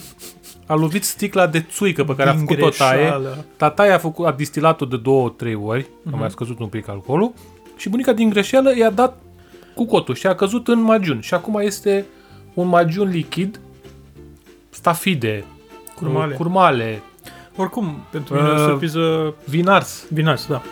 Speaker 3: a lovit sticla de țuică pe care a
Speaker 2: Din
Speaker 3: făcut-o taie.
Speaker 2: greșeală.
Speaker 3: Tataia a, făcut, a distilat-o de două, trei ori, mm-hmm.
Speaker 2: Mhm.
Speaker 3: a mai scăzut un pic alcoolul, și bunica din greșeală i-a dat cu cotul și a căzut în magiun. Și acum este un magiun lichid, stafide, uh,
Speaker 2: Curmale.
Speaker 3: curmale
Speaker 2: Oricum, pentru mine e o
Speaker 3: Uh,
Speaker 2: surpriză
Speaker 3: vinars.
Speaker 2: Vinars, da.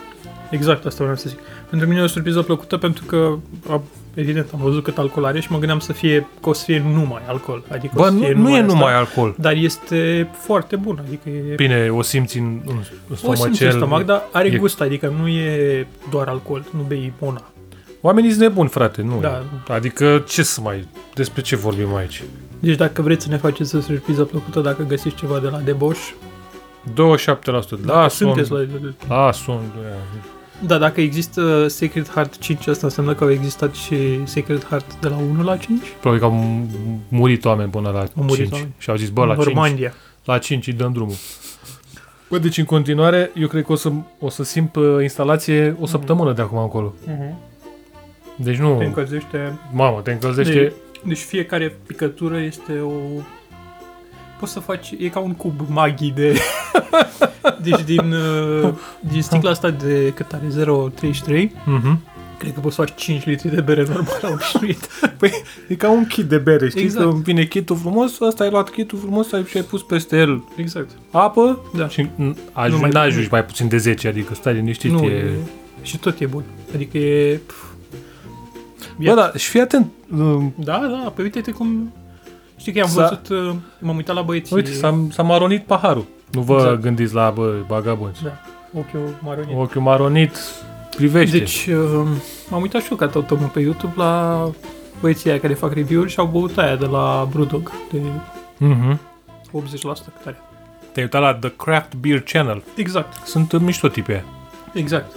Speaker 2: Exact, asta vreau să zic. Pentru mine e o surpriză plăcută pentru că, a- evident, am văzut cât alcool are și mă gândeam să fie, că o să fie numai alcool. Adică o
Speaker 3: Bă,
Speaker 2: să
Speaker 3: nu,
Speaker 2: fie
Speaker 3: nu e
Speaker 2: asta,
Speaker 3: numai alcool.
Speaker 2: Dar este foarte bun, adică e...
Speaker 3: Bine, o simți în, în, în
Speaker 2: O simți în
Speaker 3: stomacel.
Speaker 2: stomac, dar are
Speaker 3: e-
Speaker 2: gust, adică nu e doar alcool, nu bei una.
Speaker 3: Oamenii sunt nebuni, frate, nu.
Speaker 2: Da.
Speaker 3: Adică, ce să mai... Despre ce vorbim aici?
Speaker 2: Deci dacă vreți să ne faceți o surpriză plăcută, dacă găsiți ceva de la deboș,
Speaker 3: 27%. Da,
Speaker 2: dacă
Speaker 3: sunt...
Speaker 2: sunteți
Speaker 3: La...
Speaker 2: la...
Speaker 3: Da, sunt...
Speaker 2: Da, dacă există Sacred Heart 5, asta înseamnă că au existat și Sacred Heart de la 1 la 5?
Speaker 3: Probabil că au murit oameni până la
Speaker 2: murit
Speaker 3: 5.
Speaker 2: oameni.
Speaker 3: Și au zis, bă, la Oh. 5,
Speaker 2: Normandia.
Speaker 3: la 5 îi dăm drumul. Bă, deci în continuare, eu cred că o să, o să simt uh, instalație o săptămână de acum încolo. Deci nu...
Speaker 2: Te încălzește
Speaker 3: Mamă, te încălzește...
Speaker 2: Deci, deci fiecare picătură este o... Poți să faci... E ca un cub maghi de... deci din, uh, din sticla asta de cât are 0,33,
Speaker 3: Mhm.
Speaker 2: cred că poți să faci 5 litri de bere normală obișnuită.
Speaker 3: Păi, e ca un kit de bere, știi?
Speaker 2: Exact.
Speaker 3: Exact. Că îmi vine kitul frumos, ăsta ai luat kitul frumos ai- și ai pus peste el
Speaker 2: Exact.
Speaker 3: apă
Speaker 2: Da.
Speaker 3: și n- ajungi,
Speaker 2: mai-
Speaker 3: mai, ajungi mai puțin de 10, adică stai liniștit.
Speaker 2: nu,
Speaker 3: e...
Speaker 2: e... Și tot e bun. Adică e...
Speaker 3: Bă, da, și fii atent. um,
Speaker 2: Da, da, pe uite-te cum... Știi că am
Speaker 3: S-a-
Speaker 2: văzut... uh, M-am uitat la băieții...
Speaker 3: Uite, s-a, s-a maronit paharul. Nu vă
Speaker 2: Exact.
Speaker 3: gândiți la, bă, bagabonți.
Speaker 2: Da, ochiul maronie.
Speaker 3: Ochiul maronit, privește.
Speaker 2: Deci, uh, m-am uitat și eu ca tot omul pe YouTube la băieții aia care fac review-uri și au băut aia de la Brewdog, de
Speaker 3: Mhm.
Speaker 2: 80% cât are.
Speaker 3: Te-ai uitat la The Craft Beer Channel.
Speaker 2: Exact,
Speaker 3: Sunt uh, mișto tipe.
Speaker 2: exact.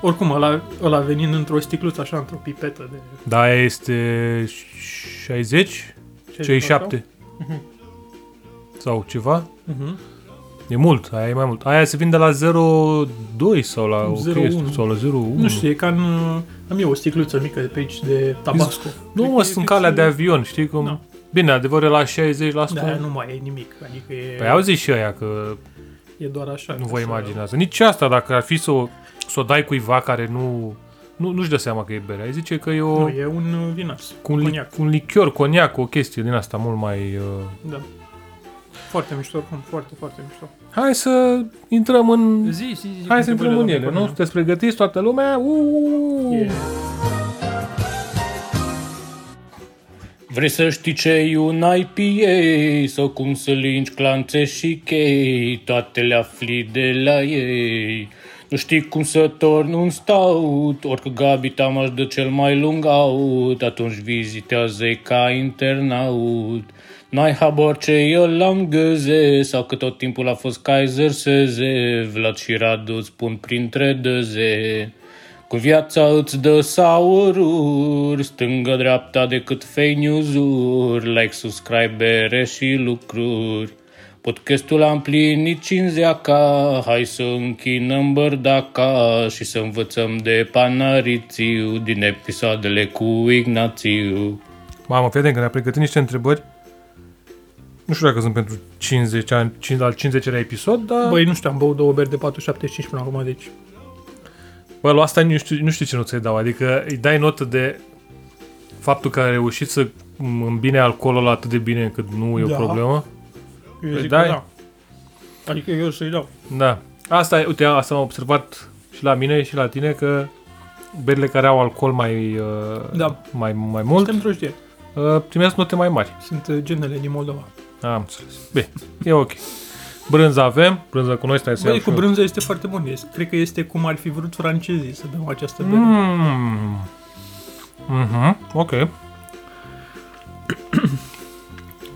Speaker 2: Oricum, ăla, ăla venind într-o sticluță, așa, într-o pipetă de...
Speaker 3: Da, aia este 60? Cei 7?
Speaker 2: Mhm.
Speaker 3: Sau ceva?
Speaker 2: Uh-huh.
Speaker 3: E mult, aia e mai mult. Aia se vinde la 0,2 sau la
Speaker 2: 0,1.
Speaker 3: 0,1. Sau la 0,1.
Speaker 2: Nu știu, e ca în... uh, Am eu o sticluță mică de pe aici de tabasco.
Speaker 3: Nu,
Speaker 2: Cred
Speaker 3: mă,
Speaker 2: că Deci e
Speaker 3: sunt
Speaker 2: fix
Speaker 3: calea
Speaker 2: în-
Speaker 3: de avion, știi cum...
Speaker 2: Da.
Speaker 3: Bine, adevărul e la 60%.
Speaker 2: Da, aia nu mai e nimic, adică e,
Speaker 3: Păi au zis și ăia că
Speaker 2: e doar așa.
Speaker 3: nu
Speaker 2: ca
Speaker 3: vă
Speaker 2: să-
Speaker 3: imaginați. Nici asta, dacă ar fi să o, să o dai cuiva care nu, nu, nu-și dă seama că e bere. Ai zice că e, o,
Speaker 2: Nu, e un uh, vinas,
Speaker 3: cu, un, li-
Speaker 2: coniac.
Speaker 3: cu un lichior, coniac, cu o chestie din asta mult mai... Uh...
Speaker 2: Da. Foarte mișto, oricum, foarte, foarte mișto.
Speaker 3: Hai să intrăm în...
Speaker 2: Zi, zi, zi.
Speaker 3: Hai să intrăm în ele, nu? Sunteți pregătiți toată lumea? Uuu!
Speaker 5: Vrei să știi ce e un IPA Sau cum să lingi clanțe și chei Toate le afli de la ei Nu știi cum să torni un stout Orică Gabi Tamaș dă cel mai lung aut Atunci vizitează-i ca internaut N-ai habar ce eu l-am găze Sau că tot timpul a fost Kaiser Seze Vlad și Radu spun printre dăze cu viața îți dă saururi, stângă-dreapta decât fake news-uri, like, subscribe, bere și lucruri. Podcastul a împlinit 50 ca hai să închinăm bărdaca și să învățăm de panarițiu din episoadele cu Ignațiu.
Speaker 3: Mamă, fii atent că ne-a pregătit niște întrebări. Nu știu dacă sunt pentru 50 ani, cin- al 50-lea episod, dar...
Speaker 2: Băi, nu știu, am băut două beri de 4,75 până acum, deci...
Speaker 3: Bă, lui asta nu știu, nu știu ce nu ți-i dau, adică îi dai notă de faptul că a reușit să îmbine alcoolul atât de bine încât nu e o
Speaker 2: Da.
Speaker 3: problemă.
Speaker 2: Eu
Speaker 3: Păi
Speaker 2: zic
Speaker 3: dai.
Speaker 2: că da. Adică eu să-i dau.
Speaker 3: Da. Asta, e- uite, asta am observat și la mine și la tine că berile care au alcool mai, uh,
Speaker 2: Da.
Speaker 3: mai, mai mult
Speaker 2: Suntem drojdie.
Speaker 3: uh, primesc note mai mari.
Speaker 2: Sunt uh, genele din Moldova.
Speaker 3: Am înțeles. Bine, e ok. Brânză avem, brânză cu noi, stai să iau
Speaker 2: Băi,
Speaker 3: și
Speaker 2: cu
Speaker 3: eu.
Speaker 2: brânză este foarte bun. Este, cred că este cum ar fi vrut francezii să bem această bere.
Speaker 3: Mm. Mhm, ok.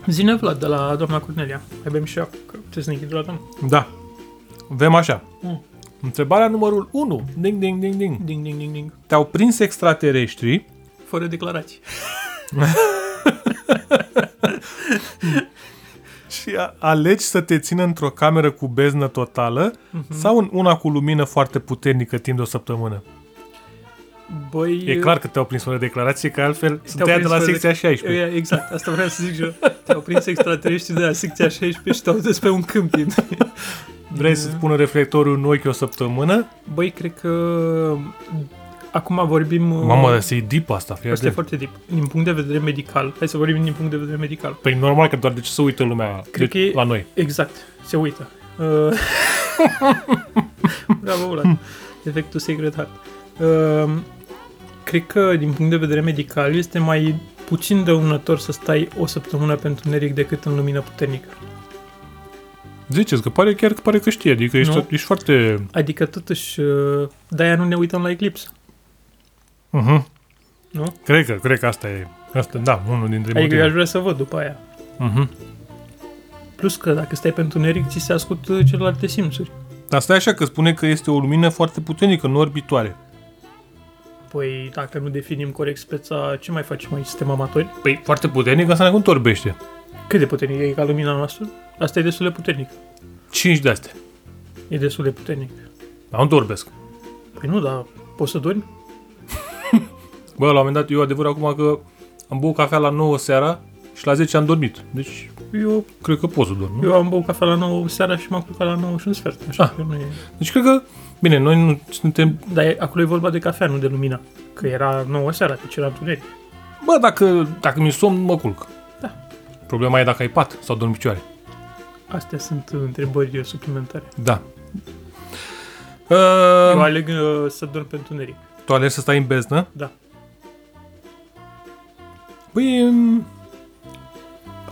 Speaker 2: Zine Vlad de la doamna Cornelia. Mai bem și eu, că trebuie să ne închid vreodată.
Speaker 3: Da. Avem așa.
Speaker 2: Mm.
Speaker 3: Întrebarea numărul 1. Ding, ding, ding, ding.
Speaker 2: Ding, ding, ding, ding.
Speaker 3: Te-au prins extraterestrii
Speaker 2: Fără declarații.
Speaker 3: și a- alegi să te țină într-o cameră cu beznă totală sau în una cu lumină foarte puternică timp de o săptămână.
Speaker 2: Băi,
Speaker 3: E clar că te-au prins fără declarație, că altfel sunt de la secția 16.
Speaker 2: E, Exact, asta vreau să zic și eu. Te-au prins extraterestri de la secția 16 și te-au dus pe un câmpin.
Speaker 3: Vrei să-ți pună reflectorul în ochi o săptămână?
Speaker 2: Băi, cred că mm, acum vorbim... uh,
Speaker 3: Mamă, dar se deep asta, fii
Speaker 2: Asta e
Speaker 3: atent.
Speaker 2: foarte deep. Din punct de vedere medical, hai să vorbim din punct de vedere medical.
Speaker 3: Păi normal că doar de ce să uită lumea
Speaker 2: Cred că
Speaker 3: de-
Speaker 2: e-
Speaker 3: la noi.
Speaker 2: Exact, se uită. Uh, Bravo, Vlad. Efectul Sacred Heart. Uh, cred că, din punct de vedere medical, este mai puțin dăunător să stai o săptămână pentru neric decât în lumină puternică.
Speaker 3: Ziceți că pare chiar că pare că știi, adică ești,
Speaker 2: Nu.
Speaker 3: ești foarte...
Speaker 2: Adică, totuși, uh, de-aia nu ne uităm la eclipsă.
Speaker 3: Uh-huh.
Speaker 2: Nu?
Speaker 3: Cred că, cred că asta e. Asta, da, unul dintre
Speaker 2: Adică eu aș
Speaker 3: motive.
Speaker 2: vrea să văd după aia.
Speaker 3: Uh-huh.
Speaker 2: Plus că dacă stai pentru neric, ți se ascult uh, celelalte simțuri.
Speaker 3: Dar stai așa că spune că este o lumină foarte puternică, nu orbitoare.
Speaker 2: Păi, dacă nu definim corect speța, ce mai facem aici? Suntem amatori?
Speaker 3: Păi foarte puternică înseamnă cum torbește.
Speaker 2: Cât de puternic e ca lumina noastră? Asta e destul de puternic.
Speaker 3: 5 de astea.
Speaker 2: E destul de puternic.
Speaker 3: Dar nu torbesc.
Speaker 2: Păi nu, dar poți să dormi?
Speaker 3: Bă, la un moment dat, eu adevăr acum că am băut cafea la 9 seara și la 10 am dormit. Deci, eu cred că pot să dorm. Nu?
Speaker 2: Eu am băut cafea la 9 seara și m-am culcat la 9 și un sfert, așa
Speaker 3: Ah.
Speaker 2: că nu e...
Speaker 3: Deci cred că, bine, noi nu suntem
Speaker 2: Dar e- acolo e vorba de cafea, nu de lumina. Că era 9 seara, deci era întuneric.
Speaker 3: Bă, dacă, dacă mi-e somn, mă culc. Da. Problema e dacă ai pat sau dormi picioare.
Speaker 2: Astea sunt uh, întrebări uh, suplimentare.
Speaker 3: Da.
Speaker 2: Eu
Speaker 3: Uh,
Speaker 2: aleg uh, să dorm pe întuneric.
Speaker 3: tu alegi să stai în beznă?
Speaker 2: Da.
Speaker 3: Păi, um,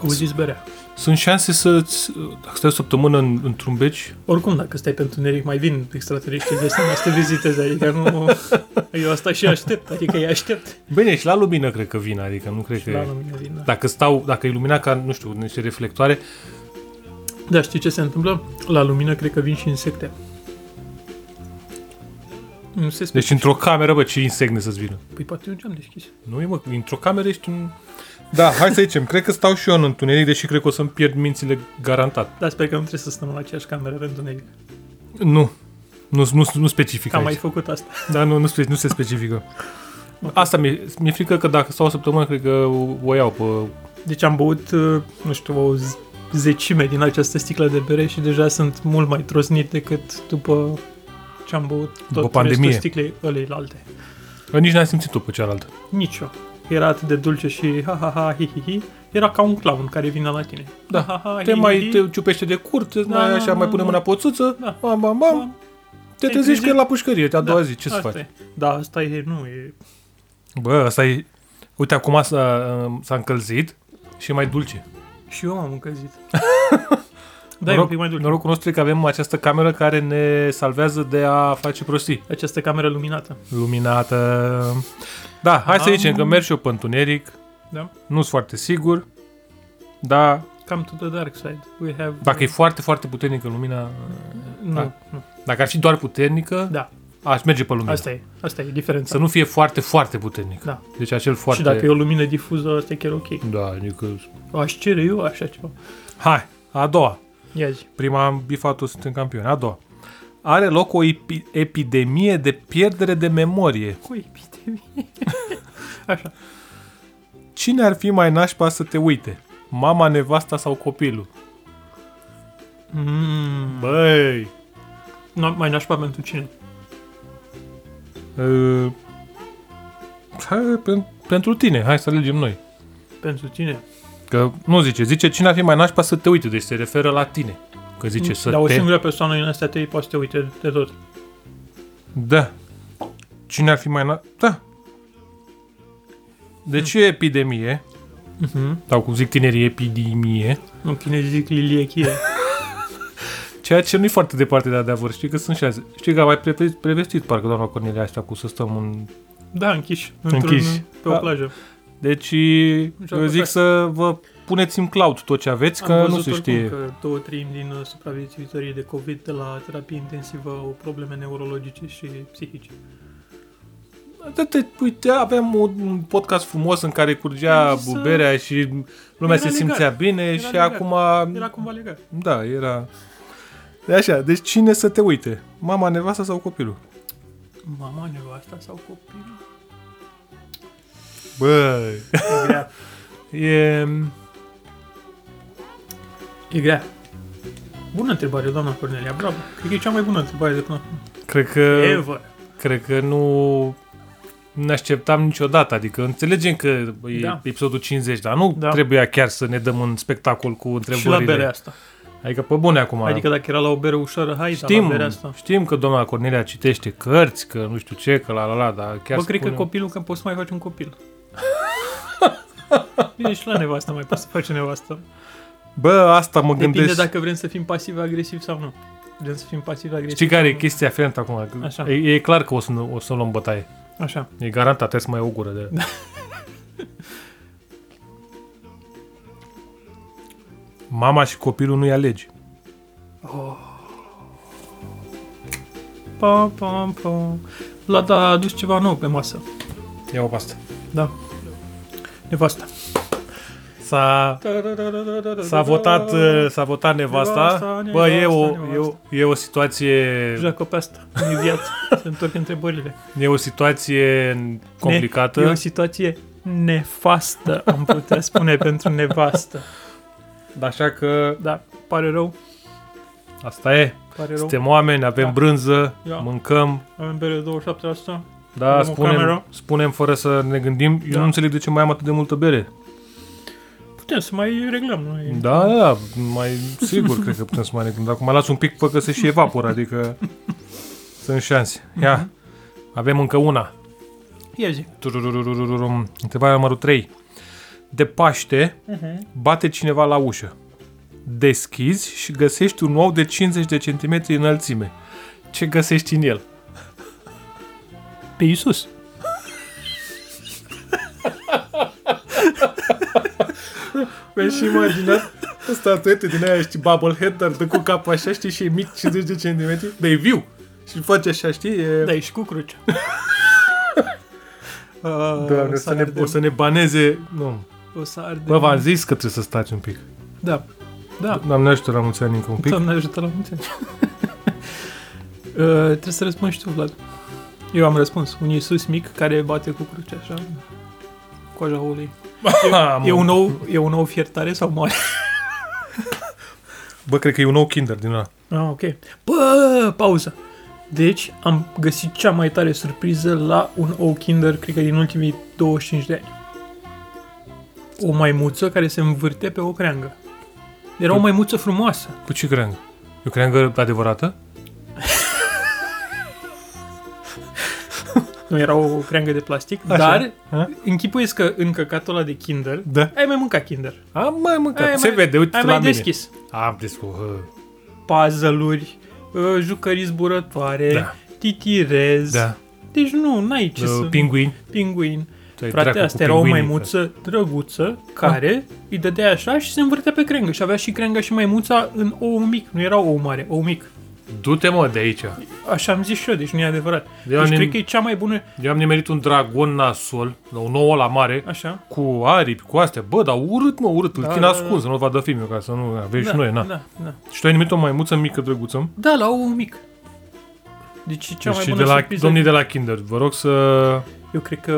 Speaker 2: Auziți berea.
Speaker 3: sunt șanse să dacă stai o săptămână în, într-un beci,
Speaker 2: Oricum, dacă stai pe întuneric, mai vin extraterestri de asta să te viziteze, adică nu... Eu asta și aștept, adică îi aștept.
Speaker 3: bine, și la lumină cred că vin, adică nu cred că...
Speaker 2: La
Speaker 3: e-
Speaker 2: lumină vin, da.
Speaker 3: Dacă stau, dacă e lumina ca, nu știu, niște reflectoare,
Speaker 2: Dar știi ce se întâmplă? La lumină cred că vin și insecte. Nu se spune.
Speaker 3: deci într-o cameră, bă, ce insecte să-ți vină?
Speaker 2: Păi poate eu ce am deschis.
Speaker 3: Nu e, mă, într-o cameră ești un... Da, hai să zicem, cred că stau și eu în întuneric, deși cred că o să-mi pierd mințile garantat.
Speaker 2: Dar sper că nu trebuie să stăm la aceeași cameră pentru neg.
Speaker 3: Nu. Nu, nu, nu specific
Speaker 2: Că am
Speaker 3: aici.
Speaker 2: mai făcut asta.
Speaker 3: Da, nu, nu, spe, nu se specifică. Asta mi-e, mi-e frică că dacă stau o săptămână, cred că o, o iau pe...
Speaker 2: Deci am băut, uh, nu știu, o z- zecime din această sticlă de bere și deja sunt mult mai trosnit decât după ce am băut tot
Speaker 3: După pandemie.
Speaker 2: restul sticlei ăleilalte.
Speaker 3: Că nici n-ai simțit-o pe cealaltă.
Speaker 2: Nici eu. Era atât de dulce și ha ha ha hi hi hi. Era ca un clown care vine la tine.
Speaker 3: Da.
Speaker 2: Ha, ha, ha,
Speaker 3: Te
Speaker 2: hi,
Speaker 3: mai
Speaker 2: hi, hi.
Speaker 3: te ciupește de curt, da, mai
Speaker 2: da,
Speaker 3: așa,
Speaker 2: da,
Speaker 3: mai
Speaker 2: da,
Speaker 3: pune
Speaker 2: da.
Speaker 3: mâna pe oțuță,
Speaker 2: Da.
Speaker 3: bam, bam, bam. Te
Speaker 2: Te
Speaker 3: trezești
Speaker 2: trezi-
Speaker 3: că e la pușcărie, te-a doua zi, ce să
Speaker 2: Asta
Speaker 3: faci?
Speaker 2: e. Da, asta e, nu, e...
Speaker 3: Bă, asta e... Uite, acum s-a, s-a încălzit și e mai dulce.
Speaker 2: Și eu m-am încălzit. Da, e un pic mai dulce.
Speaker 3: Norocul nostru e că avem această cameră care ne salvează de a face prostii.
Speaker 2: Această cameră luminată.
Speaker 3: Luminată. Da, hai să
Speaker 2: Am-
Speaker 3: zicem că merg și eu pe întuneric.
Speaker 2: Da.
Speaker 3: Nu sunt foarte sigur. Da,
Speaker 2: Come to the dark side. We have...
Speaker 3: dacă e foarte, foarte puternică lumina,
Speaker 2: nu,
Speaker 3: da.
Speaker 2: da.
Speaker 3: dacă ar fi doar puternică,
Speaker 2: da,
Speaker 3: aș merge pe lumină.
Speaker 2: asta e. Asta e diferența.
Speaker 3: Să nu fie foarte, foarte puternică.
Speaker 2: Da.
Speaker 3: Deci acel foarte...
Speaker 2: Și dacă e o lumină difuză, asta e chiar ok.
Speaker 3: Da, adică...
Speaker 2: Aș cere eu așa ceva.
Speaker 3: Hai, a doua.
Speaker 2: Ia zi.
Speaker 3: Prima am bifat-o, suntem campioni. A doua. Are loc o epi- epidemie de pierdere de memorie.
Speaker 2: Cui, pite Așa.
Speaker 3: Cine ar fi mai nașpa să te uite? Mama, nevasta sau copilul?
Speaker 2: Mm.
Speaker 3: Băi!
Speaker 2: Nu, mai nașpa pentru cine?
Speaker 3: Uh, hai, pen, pentru tine, hai să alegem noi.
Speaker 2: Pentru tine.
Speaker 3: Că nu zice, zice cine ar fi mai nașpa să te uite, deci se referă la tine. Că zice să
Speaker 2: Dar Mm, o
Speaker 3: te...
Speaker 2: singură persoană în astea trei poate să te uite de tot.
Speaker 3: Da. Cine ar fi mai nașpa? Da.
Speaker 2: Hmm.
Speaker 3: Deci e epidemie,
Speaker 2: Mhm.
Speaker 3: sau cum zic tinerii, epidemie.
Speaker 2: Nu, chinezii zic Lilie Chie.
Speaker 3: Ceea ce nu-i foarte departe de adevăr, știi că sunt șanse. Știi că a mai pre- prevestit parcă doamna Cornelia asta cu să stăm în...
Speaker 2: Da, închiși. într-un-
Speaker 3: Închiși.
Speaker 2: Pe o
Speaker 3: Da.
Speaker 2: plajă.
Speaker 3: Deci
Speaker 2: Joacă
Speaker 3: eu zic
Speaker 2: pe-
Speaker 3: să vă puneți în cloud tot ce aveți, că
Speaker 2: Am
Speaker 3: nu
Speaker 2: văzut
Speaker 3: se
Speaker 2: oricum
Speaker 3: știe.
Speaker 2: că două treimi din uh, supraviețuitorii de COVID de la terapie intensivă au probleme neurologice și psihice.
Speaker 3: Uite, Da, uite, aveam un un podcast frumos în care curgea
Speaker 2: Să-
Speaker 3: buberea și lumea
Speaker 2: Era
Speaker 3: se simțea
Speaker 2: legat.
Speaker 3: bine și
Speaker 2: legat.
Speaker 3: acum...
Speaker 2: Era cumva legat.
Speaker 3: Da, era... De așa, deci cine să te uite? Mama, nevasta sau copilul?
Speaker 2: Mama, nevasta sau copilul?
Speaker 3: Băi...
Speaker 2: E grea.
Speaker 3: E...
Speaker 2: E grea. Bună întrebare, doamna Cornelia, bravo. Cred că e cea mai bună întrebare de până acum.
Speaker 3: Cred că...
Speaker 2: Ever.
Speaker 3: cred că nu ne așteptam niciodată. Adică înțelegem că e
Speaker 2: Da.
Speaker 3: episodul 50, dar nu
Speaker 2: Da.
Speaker 3: trebuia chiar să ne dăm în spectacol cu
Speaker 2: Și la
Speaker 3: întrebările.
Speaker 2: berea asta.
Speaker 3: Adică pe bune acum.
Speaker 2: Adică dacă era la o bere ușoară, hai, dar la
Speaker 3: știm,
Speaker 2: berea asta.
Speaker 3: știm că doamna Cornelia citește cărți, că nu știu ce, că la la la, dar chiar
Speaker 2: Bă, cred că
Speaker 3: spunem-
Speaker 2: copilul, că poți să mai faci un copil. Bine, și la nevasta mai poți să faci nevastă.
Speaker 3: Bă, asta mă
Speaker 2: Depinde
Speaker 3: gândesc.
Speaker 2: dacă vrem să fim pasiv-agresivi sau nu. Vrem să fim pasiv-agresivi.
Speaker 3: Știi care e
Speaker 2: sau nu.
Speaker 3: chestia aferentă acum? Că
Speaker 2: Așa.
Speaker 3: E, e, clar că o să, nu- o să luăm bătaie.
Speaker 2: Așa.
Speaker 3: E garantat, trebuie să mai iau o gură de...
Speaker 2: Da.
Speaker 3: Mama și copilul nu-i alegi.
Speaker 2: Pam, pam, pam. Vlad a adus ceva nou pe masă.
Speaker 3: Ia o pastă.
Speaker 2: Da. Nevasta.
Speaker 3: S-a, s-a, votat, uh, s-a votat nevasta.
Speaker 2: Da, Nevasta,
Speaker 3: Bă, e
Speaker 2: nevasta,
Speaker 3: o,
Speaker 2: nevasta.
Speaker 3: e, o, e o situație,
Speaker 2: Joacă pe asta. În viață. Se întorc întrebările.
Speaker 3: e o situație complicată.
Speaker 2: Ne, e o situație nefastă, am putea spune, pentru nevastă.
Speaker 3: Așa că
Speaker 2: Da, pare rău,
Speaker 3: asta e.
Speaker 2: pare rău.
Speaker 3: Suntem oameni, avem
Speaker 2: Da.
Speaker 3: brânză,
Speaker 2: Da.
Speaker 3: mâncăm,
Speaker 2: Avem bere 27%.
Speaker 3: da,
Speaker 2: Avem o cameră.
Speaker 3: spunem, spunem fără să ne gândim. Eu
Speaker 2: Da.
Speaker 3: nu înțeleg de ce mai am atât de multă bere.
Speaker 2: Putem să mai reglăm noi.
Speaker 3: Da, da, mai sigur cred că putem să mai ne gândim. Acum las un pic până că se și evaporă, adică sunt șanse. Ia, avem încă una.
Speaker 2: Ia zi.
Speaker 3: Tururururururum. Întrebarea numărul 3. De Paște bate cineva la ușă. Deschizi și găsești un ou de 50 de centimetri înălțime. Ce găsești în el?
Speaker 2: Pe Iisus.
Speaker 3: Mi-aș imagina statuete din aia, știi, bobblehead, dar dă cu capul așa, știi, și e mic 50 de centimetri, dar e viu. Și face așa, știi, e...
Speaker 2: Da, ești cu cruce.
Speaker 3: Doamne, o să, ne, o să ne baneze... Nu.
Speaker 2: o să arde.
Speaker 3: Bă, v-am zis că trebuie să stați un pic.
Speaker 2: Da. Da.
Speaker 3: Doamne ajută la mulți ani încă un pic.
Speaker 2: Doamne ajută la mulți ani. Uh, Trebuie să răspunzi și tu, Vlad. Eu am răspuns. Un Iisus mic care bate cu cruce, așa. Coaja oului.
Speaker 3: Am-
Speaker 2: E un nou, e un nou fiertare sau moare?
Speaker 3: Bă, cred că e un nou kinder din ăla.
Speaker 2: Ah, ok. Bă, pauză. Deci, am găsit cea mai tare surpriză la un ou kinder, cred că din ultimii 25 de ani. O maimuță care se învârte pe o creangă. Era o maimuță frumoasă.
Speaker 3: Cu ce creangă? Eu creangă adevărată?
Speaker 2: Nu, era o creangă de plastic,
Speaker 3: Așa.
Speaker 2: Așa. dar
Speaker 3: Ha?
Speaker 2: închipuiesc că în căcatul ăla de Kinder,
Speaker 3: Da.
Speaker 2: ai mai mâncat Kinder.
Speaker 3: Am mai mâncat.
Speaker 2: Ai
Speaker 3: Se
Speaker 2: mai-
Speaker 3: vede, uite
Speaker 2: ai
Speaker 3: la
Speaker 2: mai
Speaker 3: mine.
Speaker 2: deschis.
Speaker 3: Am deschis. hă.
Speaker 2: Puzzle-uri, ă, jucării zburătoare,
Speaker 3: Da.
Speaker 2: da. titirez.
Speaker 3: Da.
Speaker 2: Deci nu, n-ai ce
Speaker 3: Uh,
Speaker 2: să...
Speaker 3: Pinguini.
Speaker 2: pinguin.
Speaker 3: Tu ai
Speaker 2: Frate,
Speaker 3: dracu cu
Speaker 2: asta era o
Speaker 3: pinguinii,
Speaker 2: maimuță drăguță care îi dădea așa și se învârtea pe crengă și avea și crenga și maimuța în ou mic. Nu era ou mare, ou mic.
Speaker 3: Du-te mă de aici. Așa.
Speaker 2: Așa am zis și eu, deci nu e adevărat.
Speaker 3: De
Speaker 2: deci
Speaker 3: ani-
Speaker 2: cred că e cea mai bună...
Speaker 3: Eu am nimerit un dragon nasol, un nou la mare,
Speaker 2: Așa.
Speaker 3: cu aripi, cu astea. Bă, dar urât, mă, urât. Îl
Speaker 2: Da,
Speaker 3: țin
Speaker 2: da,
Speaker 3: ascuns, să nu-l vadă filmul, ca să Deci nu avem și noi, na.
Speaker 2: da, da.
Speaker 3: Și tu ai nimerit o maimuță mică, drăguță.
Speaker 2: Da, la ou mic. Deci e cea mai
Speaker 3: Deci
Speaker 2: bună
Speaker 3: de la,
Speaker 2: surpriză.
Speaker 3: domnii de la Kinder, vă rog să...
Speaker 2: Eu cred că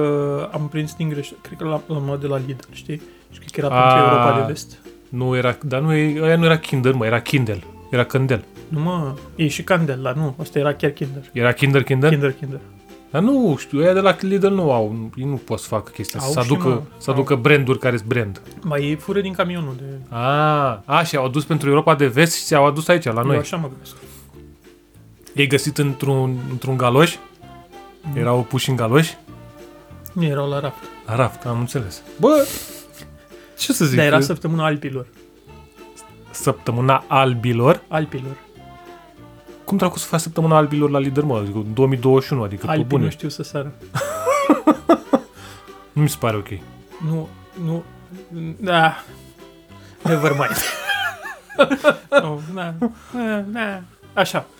Speaker 2: am prins din greș... Cred că l-am, l-am luat de la Lidl, știi? Și cred că era
Speaker 3: A.
Speaker 2: pentru Europa de Vest.
Speaker 3: Nu era, dar nu, e- aia nu era Kinder, mă, era Kindle. Era Candel.
Speaker 2: Nu mă, e și Candela, nu, asta era chiar Kinder.
Speaker 3: Era Kinder, Kinder?
Speaker 2: Kinder, Kinder.
Speaker 3: Dar nu știu, aia de la Lidl nu au, nu- ei nu pot să facă chestia
Speaker 2: Au
Speaker 3: asta, să
Speaker 2: și
Speaker 3: aducă,
Speaker 2: nu-
Speaker 3: să aducă branduri care sunt brand.
Speaker 2: Mai ei fură din camionul de...
Speaker 3: A, a, și au adus pentru Europa de Vest și ți-au adus aici, la
Speaker 2: Noi.
Speaker 3: noi.
Speaker 2: Eu așa mă gândesc.
Speaker 3: E găsit într-un, într-un galoș,
Speaker 2: Mm.
Speaker 3: erau puși în galoș,
Speaker 2: Nu erau la raft.
Speaker 3: la raft, am înțeles. Bă, ce să zic,
Speaker 2: Dar era
Speaker 3: că
Speaker 2: săptămâna alpilor.
Speaker 3: săptămâna albilor,
Speaker 2: Alpilor.
Speaker 3: cum dracu să faci săptămâna albilor la lider, mă, adică 2021, adică pe
Speaker 2: Alpii nu
Speaker 3: bune,
Speaker 2: știu să sară.
Speaker 3: nu mi se pare ok.
Speaker 2: Nu, nu, da. Never mind. nu, da, da. Așa.
Speaker 3: Uh.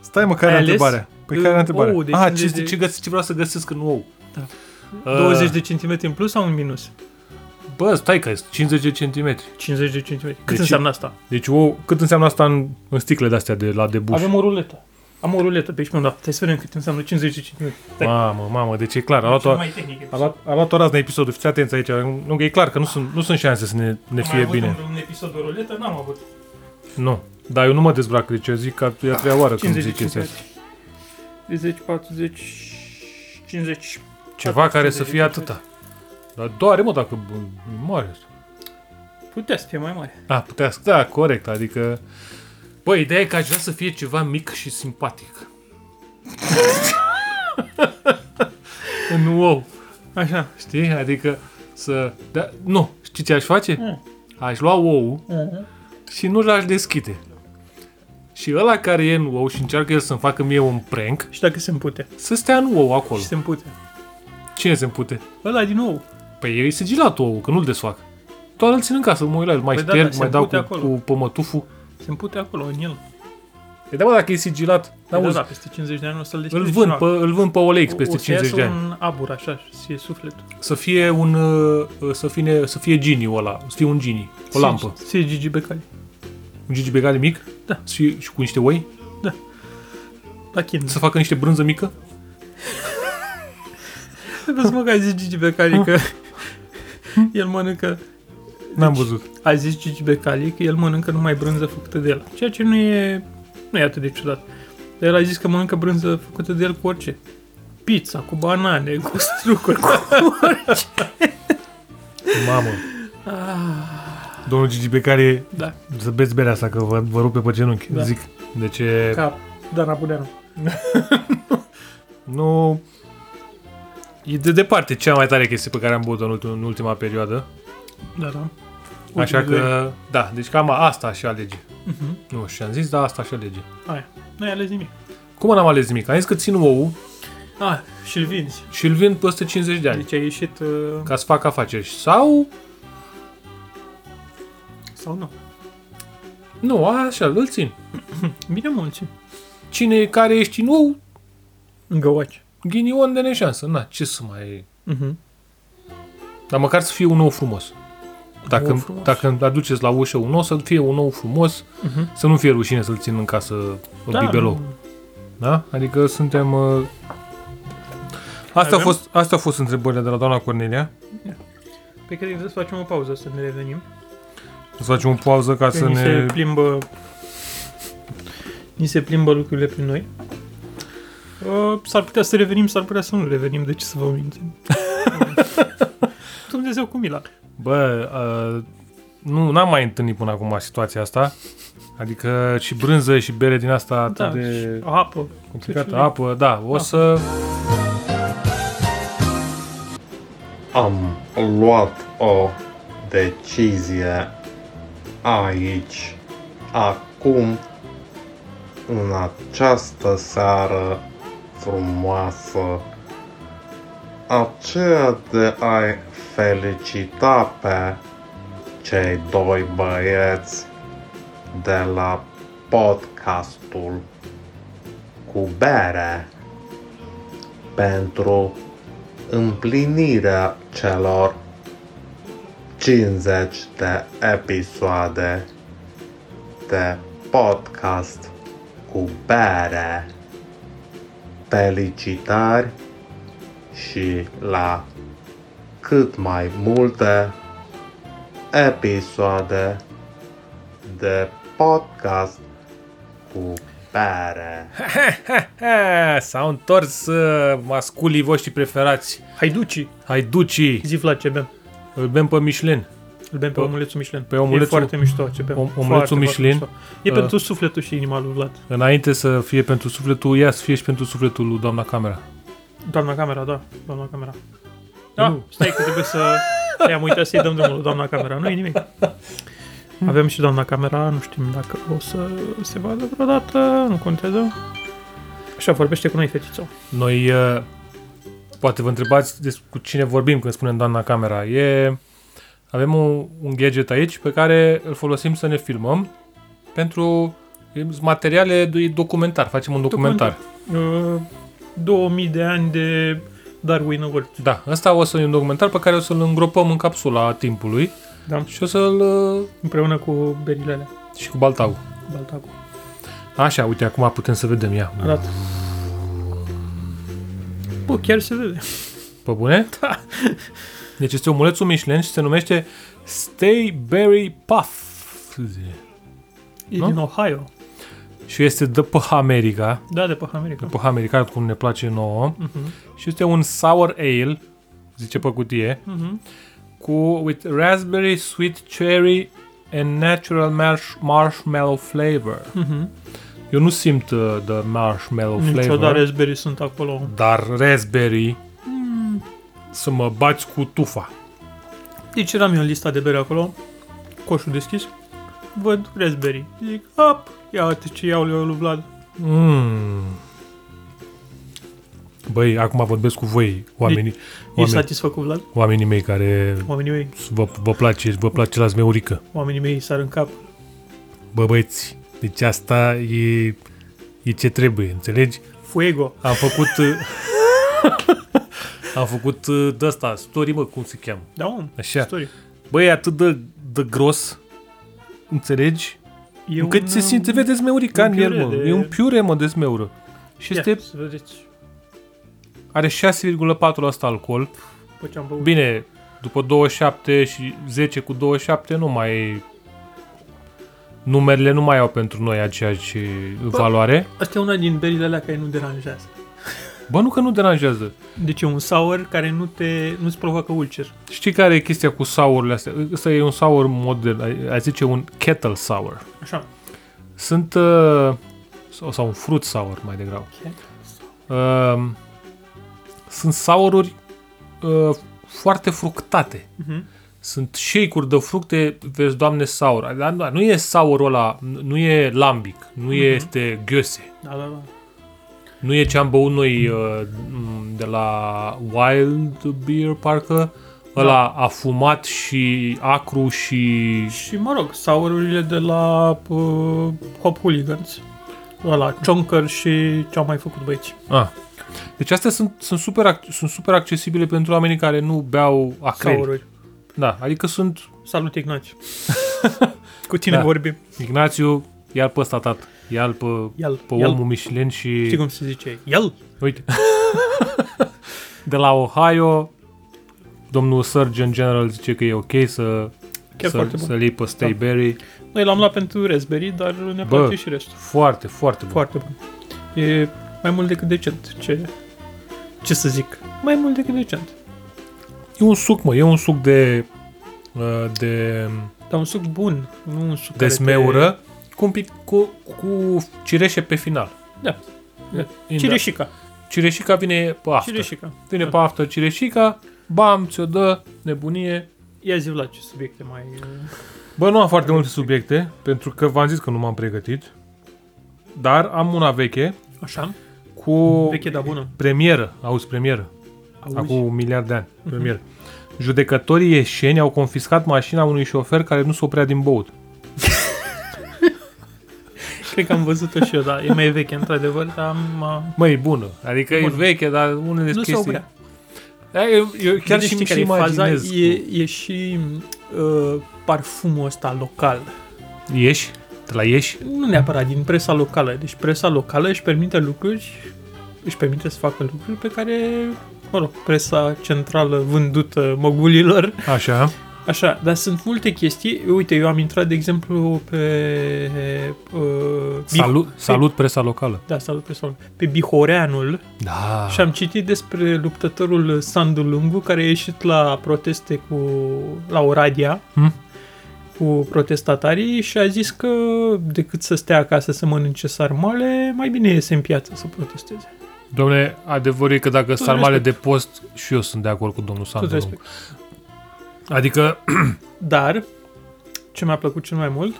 Speaker 3: Stai mă, care
Speaker 2: Ai
Speaker 3: era
Speaker 2: ales?
Speaker 3: întrebarea? Păi care
Speaker 2: Uh,
Speaker 3: era întrebarea?
Speaker 2: ou de
Speaker 3: Ah,
Speaker 2: 50
Speaker 3: ce,
Speaker 2: de-
Speaker 3: ce, găsesc, ce vreau să găsesc în ou?
Speaker 2: Da.
Speaker 3: Uh,
Speaker 2: 20 de centimetri în plus sau în minus?
Speaker 3: Bă, stai că 50 de centimetri.
Speaker 2: 50 de centimetri. Cât
Speaker 3: Deci-
Speaker 2: înseamnă asta?
Speaker 3: Deci ou, cât înseamnă asta în, în sticle de-astea de la debuș?
Speaker 2: Avem o ruletă. Am o ruletă pe aici, mă, da. Stai să vedem cât înseamnă 50 de centimetri. Stai.
Speaker 3: Mamă, mamă, deci e clar, a luat-o,
Speaker 2: Cel
Speaker 3: a
Speaker 2: mai tehnic. episod.
Speaker 3: luat, Da, a luat o razna episodul, fiți atenți aici, nu, e clar că nu sunt, nu sunt șanse să ne, ne
Speaker 2: Am
Speaker 3: fie
Speaker 2: mai avut
Speaker 3: bine.
Speaker 2: deci un- un episod de ruletă? N-am avut.
Speaker 3: Nu, dar eu nu mă dezbrac, deci eu zic că e a treia oară când
Speaker 2: 50 de
Speaker 3: zic chestia asta.
Speaker 2: centimetri. 30, 40, 50.
Speaker 3: Ceva care să
Speaker 2: 40
Speaker 3: fie
Speaker 2: de
Speaker 3: atâta. Dar doare, mă, dacă bă, e mare asta.
Speaker 2: Putea să fie mai mare.
Speaker 3: A, putea să, da, corect, adică... Bă, ideea e că aș vrea să fie ceva mic și simpatic. În wow.
Speaker 2: Așa.
Speaker 3: Știi? Adică să... Da, nu, știi ce aș face?
Speaker 2: Mm.
Speaker 3: Aș lua ou
Speaker 2: Mm-hmm.
Speaker 3: și nu l-aș deschide. Și ăla care e în ou și încearcă el să-mi facă mie un prank,
Speaker 2: Și dacă se împute.
Speaker 3: să stea în ou acolo.
Speaker 2: Și se împute.
Speaker 3: Cine se împute?
Speaker 2: Ăla din nou.
Speaker 3: Păi e sigilat ou, că nu-l desfac. Doar îl țin în casă, mă uit la el, mai
Speaker 2: Păi da,
Speaker 3: șterg,
Speaker 2: dar se
Speaker 3: mai dau
Speaker 2: împute
Speaker 3: cu,
Speaker 2: acolo.
Speaker 3: cu pămătuful.
Speaker 2: Se împute acolo, în el.
Speaker 3: E da, bă, dacă e sigilat,
Speaker 2: Da,
Speaker 3: n-auzi,
Speaker 2: da, da, peste 50 de ani o să-l
Speaker 3: Îl
Speaker 2: deschizi
Speaker 3: vând, pe,
Speaker 2: cineva.
Speaker 3: îl vând pe OLX peste
Speaker 2: O să iasă
Speaker 3: 50 de ani.
Speaker 2: un abur, așa, și e sufletul.
Speaker 3: Să fie un uh, să fie să fie genii ăla, să fie un genii, o lampă.
Speaker 2: Se e Gigi Becali. un
Speaker 3: Un Gigi Becali mic?
Speaker 2: Da.
Speaker 3: Să fie și cu niște oi?
Speaker 2: La Kinder.
Speaker 3: Să facă niște brânză mică?
Speaker 2: Vezi mă că ai zis Gigi Becali că el mănâncă...
Speaker 3: N-am văzut.
Speaker 2: A zis Gigi Becali că el mănâncă numai brânză făcută de el. Ceea ce nu e, nu e atât de ciudat. Dar el a zis că mănâncă brânză făcută de el cu orice. Pizza, cu banane, cu strucuri, cu...
Speaker 3: Mamă. Domnul Gigi Becali,
Speaker 2: Da,
Speaker 3: să beți berea asta, că vă, vă rupe pe genunchi,
Speaker 2: Da.
Speaker 3: zic. Deci e-
Speaker 2: ca Dana Budeanu.
Speaker 3: nu... E de departe cea mai tare chestie pe care am băut-o în, ultim, în ultima perioadă.
Speaker 2: Da, da.
Speaker 3: Așa
Speaker 2: Ultimele
Speaker 3: că, da, deci cam asta aș alege.
Speaker 2: Mhm.
Speaker 3: Nu și am zis, da, asta aș alege.
Speaker 2: Aia. Nu ai ales nimic.
Speaker 3: Cum n-am ales nimic? Am zis că țin ou
Speaker 2: Ah, și-l vinzi.
Speaker 3: și îl vând peste 50 de ani
Speaker 2: Deci ai ieșit uh,
Speaker 3: ca să fac afaceri. Sau,
Speaker 2: sau nu?
Speaker 3: nu, așa, îl țin.
Speaker 2: Bine mulți.
Speaker 3: Cine care ești nou,
Speaker 2: Găuaci.
Speaker 3: ghinion de neșansă. Na, ce să mai...
Speaker 2: Mhm.
Speaker 3: Dar măcar să fie un nou frumos. Dacă,
Speaker 2: Ou
Speaker 3: nou
Speaker 2: frumos.
Speaker 3: dacă îmi aduceți la ușă un nou, să fie un nou frumos,
Speaker 2: Mhm.
Speaker 3: să nu fie rușine să-l țin în casă în da. bibelou. Da? Adică suntem... uh, Astea
Speaker 2: Avem?
Speaker 3: au, fost, astea au fost întrebările de la doamna Cornelia.
Speaker 2: Pe care Păi trebuie să facem o pauză să ne revenim.
Speaker 3: Să facem o pauză ca
Speaker 2: Că
Speaker 3: să
Speaker 2: ni se
Speaker 3: ne...
Speaker 2: plimbă ni se plimbă lucrurile prin noi. Uh, s-ar putea să revenim, s-ar putea să nu revenim, de ce să vă mințim? Dumnezeu cu mila.
Speaker 3: Bă, uh, nu, n-am mai întâlnit până acum situația asta. Adică și brânză și bere din asta atât
Speaker 2: Da,
Speaker 3: de
Speaker 2: apă.
Speaker 3: complicată.
Speaker 2: Apă.
Speaker 3: Apă, da, o să...
Speaker 6: am luat o decizie aici, acum, în această seară frumoasă, aceea de a-i felicita pe cei doi băieți de la podcastul cu bere pentru împlinirea celor 50 de episoade de podcast cu bere. Felicitări și la cât mai multe episoade de podcast cu bere.
Speaker 3: Eh, S-au întors uh, masculii voștri preferați.
Speaker 2: Haiduci,
Speaker 3: Haiducii.
Speaker 2: zi Vlad ce bem.
Speaker 3: Îl bem pe Michelin.
Speaker 2: Îl bem pe omulețul Michelin.
Speaker 3: pe omulețul-
Speaker 2: e foarte mișto ce bem.
Speaker 3: om-
Speaker 2: Foarte,
Speaker 3: omulețul
Speaker 2: foarte
Speaker 3: Michelin.
Speaker 2: mișto. E
Speaker 3: Uh.
Speaker 2: pentru sufletul și inima lui Vlad.
Speaker 3: Înainte să fie pentru sufletul, ia să fie și pentru sufletul lui doamna camera.
Speaker 2: Doamna camera, da, doamna camera. Da, stai că trebuie să... I-am uitat să-i dăm drumul lui doamna camera, nu e nimic. Avem și doamna camera, nu știm dacă o să se vadă vreodată, nu contează. Așa vorbește cu noi fetița.
Speaker 3: Noi, uh, poate vă întrebați des- cu cine vorbim când spunem doamna camera. E, avem un, un gadget aici pe care îl folosim să ne filmăm pentru e- sunt materiale de documentar. Facem un documentar. documentar.
Speaker 2: Uh, 2000 de ani de Darwin Award.
Speaker 3: Da, ăsta o să e un documentar pe care o să-l îngropăm în capsula timpului
Speaker 2: Da,
Speaker 3: și o să-l... uh,
Speaker 2: împreună cu berile alea,
Speaker 3: și cu Baltau.
Speaker 2: Baltacul.
Speaker 3: Așa, uite, acum putem să vedem ea.
Speaker 2: Arată. Bă, chiar se vede.
Speaker 3: Pe bune? Da. Deci este omulețul Michelin și se numește Stay Berry Puff.
Speaker 2: E
Speaker 3: Nu?
Speaker 2: din Ohio.
Speaker 3: Și este de pe America.
Speaker 2: Da, de pe America.
Speaker 3: Pe America, cum ne place nouă.
Speaker 2: Mhm.
Speaker 3: Uh-huh. Și este un sour ale, zice pe cutie,
Speaker 2: Mhm.
Speaker 3: cu with raspberry, sweet cherry and natural marsh- marshmallow flavor.
Speaker 2: Mhm.
Speaker 3: Eu nu simt uh, the marshmallow
Speaker 2: Nicio, dar
Speaker 3: flavor,
Speaker 2: raspberry sunt acolo.
Speaker 3: dar raspberry
Speaker 2: Mm.
Speaker 3: să mă bați cu tufa.
Speaker 2: Deci eram eu în lista de bere acolo, coșul deschis, văd raspberry. Zic, hop, ia uite ce iau eu lui Vlad.
Speaker 3: Mm. Băi, acum vorbesc cu voi, oamenii,
Speaker 2: Ești
Speaker 3: oamenii,
Speaker 2: satisfăcut, Vlad?
Speaker 3: oamenii mei care
Speaker 2: Oamenii mei,
Speaker 3: vă, vă place, vă place la zmeurică.
Speaker 2: oamenii mei sar în cap.
Speaker 3: Bă, băieți, deci asta e, e ce trebuie, înțelegi?
Speaker 2: Fuego.
Speaker 3: Am făcut... uh, am făcut uh, de asta, story, mă, cum se cheamă.
Speaker 2: Da, om,
Speaker 3: Așa.
Speaker 2: story.
Speaker 3: Băi, e atât de, de gros, înțelegi?
Speaker 2: E
Speaker 3: Încât se simte, vede zmeurica
Speaker 2: un
Speaker 3: în el,
Speaker 2: piure
Speaker 3: mă.
Speaker 2: de-
Speaker 3: E un piure, mă, de zmeură. Și
Speaker 2: Ia,
Speaker 3: este,
Speaker 2: să vedeți
Speaker 3: are 6,4% alcool.
Speaker 2: pe ce am băut.
Speaker 3: Bine, după 27 și 10 cu 27 nu mai numerele nu mai au pentru noi aceeași valoare.
Speaker 2: Asta e una din berile alea care nu deranjează.
Speaker 3: Bă, nu că nu deranjează.
Speaker 2: Deci e un sour care nu te, nu-ți provoacă ulcer.
Speaker 3: Știi care e chestia cu saurile astea? Ăsta e un sour modern, ai- ai zice un kettle sour.
Speaker 2: Așa.
Speaker 3: Sunt uh, sau, sau un fruit sour mai degrabă. Uh, sunt soururi uh, foarte fructate.
Speaker 2: Mhm.
Speaker 3: Sunt shake-uri de fructe, vezi, doamne, saur. Dar nu- nu e saurul ăla, nu e lambic, nu este gheose.
Speaker 2: Da, da, da.
Speaker 3: Nu e ce am băut noi uh, m, de la Wild Beer, parcă. Ăla afumat și acru și...
Speaker 2: Și mă rog, saururile de la uh, Hop Hooligans. Ăla, Chonker și ce-au mai făcut băieți.
Speaker 3: Ah. Deci astea sunt, sunt, super, ac- sunt super accesibile pentru oamenii care nu beau acrel.
Speaker 2: Saururi.
Speaker 3: Da, adică sunt...
Speaker 2: Salut, Ignaci. Cu tine
Speaker 3: Da.
Speaker 2: da. vorbim.
Speaker 3: Ignațiu, iar pe ăsta, tat. Iar pe,
Speaker 2: Ia-l,
Speaker 3: pe
Speaker 2: ia-l.
Speaker 3: omul Michelin și...
Speaker 2: Știi cum se zice? El?
Speaker 3: Uite. de la Ohio, domnul Surgeon General zice că e ok să
Speaker 2: Chiar
Speaker 3: să,
Speaker 2: foarte bun. Da.
Speaker 3: să-l iei pe Stay Berry.
Speaker 2: Noi l-am luat pentru Raspberry, dar ne
Speaker 3: Bă.
Speaker 2: place și restul.
Speaker 3: Foarte, foarte bun.
Speaker 2: Foarte bun. E mai mult decât decent. Ce, ce să zic? Mai mult decât decent.
Speaker 3: E un suc, mă, e un suc de uh, de,
Speaker 2: Dar un suc bun, nu un suc
Speaker 3: de
Speaker 2: care te-
Speaker 3: smeură cu, un pic, cu, cu cireșe pe final.
Speaker 2: Da.
Speaker 3: Da.
Speaker 2: Cireșica.
Speaker 3: Cireșica vine pe aftă.
Speaker 2: Cireșica.
Speaker 3: Vine pe aftă cireșica, bam, ți-o dă, nebunie.
Speaker 2: Ia zi, Vlad, ce subiecte mai... uh,
Speaker 3: Bă, nu am foarte multe subiecte, pentru că v-am zis că nu m-am pregătit. Dar am una veche
Speaker 2: Așa?
Speaker 3: cu
Speaker 2: Veche, dar bună.
Speaker 3: premieră, auzi, premieră.
Speaker 2: Auzi? Mhm.
Speaker 3: Acum un miliard de ani, premier. Judecătorii ieșeni au confiscat mașina unui șofer care nu se oprea din băut.
Speaker 2: Cred că am văzut-o și eu, da. E mai veche, într-adevăr, dar am... uh,
Speaker 3: Măi, bună. Adică e
Speaker 2: Bună.
Speaker 3: veche, dar unele
Speaker 2: Nu se
Speaker 3: chestii...
Speaker 2: oprea.
Speaker 3: Da, eu, eu chiar
Speaker 2: Deci
Speaker 3: și
Speaker 2: știi
Speaker 3: mi
Speaker 2: care e
Speaker 3: și
Speaker 2: faza?
Speaker 3: imaginez.
Speaker 2: E, e și uh, parfumul ăsta local.
Speaker 3: Ieși? De la ieși?
Speaker 2: Nu neapărat din presa locală. Deci presa locală își permite lucruri, își permite să facă lucruri pe care, mă rog, presa centrală vândută mogulilor.
Speaker 3: Așa.
Speaker 2: Așa, dar sunt multe chestii. Uite, eu am intrat, de exemplu, pe... Uh, Bih-
Speaker 3: Salut, salut presa locală.
Speaker 2: Pe, da, salut presa locală. Pe Bihoreanul.
Speaker 3: Da.
Speaker 2: Și am citit despre luptătorul Sandu Lungu care a ieșit la proteste cu la Oradea
Speaker 3: Hmm.
Speaker 2: cu protestatarii și a zis că decât să stea acasă să mănânce sarmale, mai bine iese în piață să protesteze.
Speaker 3: Domnule, adevărul e că dacă
Speaker 2: Tot
Speaker 3: sarmale
Speaker 2: respect.
Speaker 3: de post, și eu sunt de acord cu domnul
Speaker 2: Tot
Speaker 3: Sandu.
Speaker 2: respect.
Speaker 3: Adică,
Speaker 2: Dar ce mi-a plăcut cel mai mult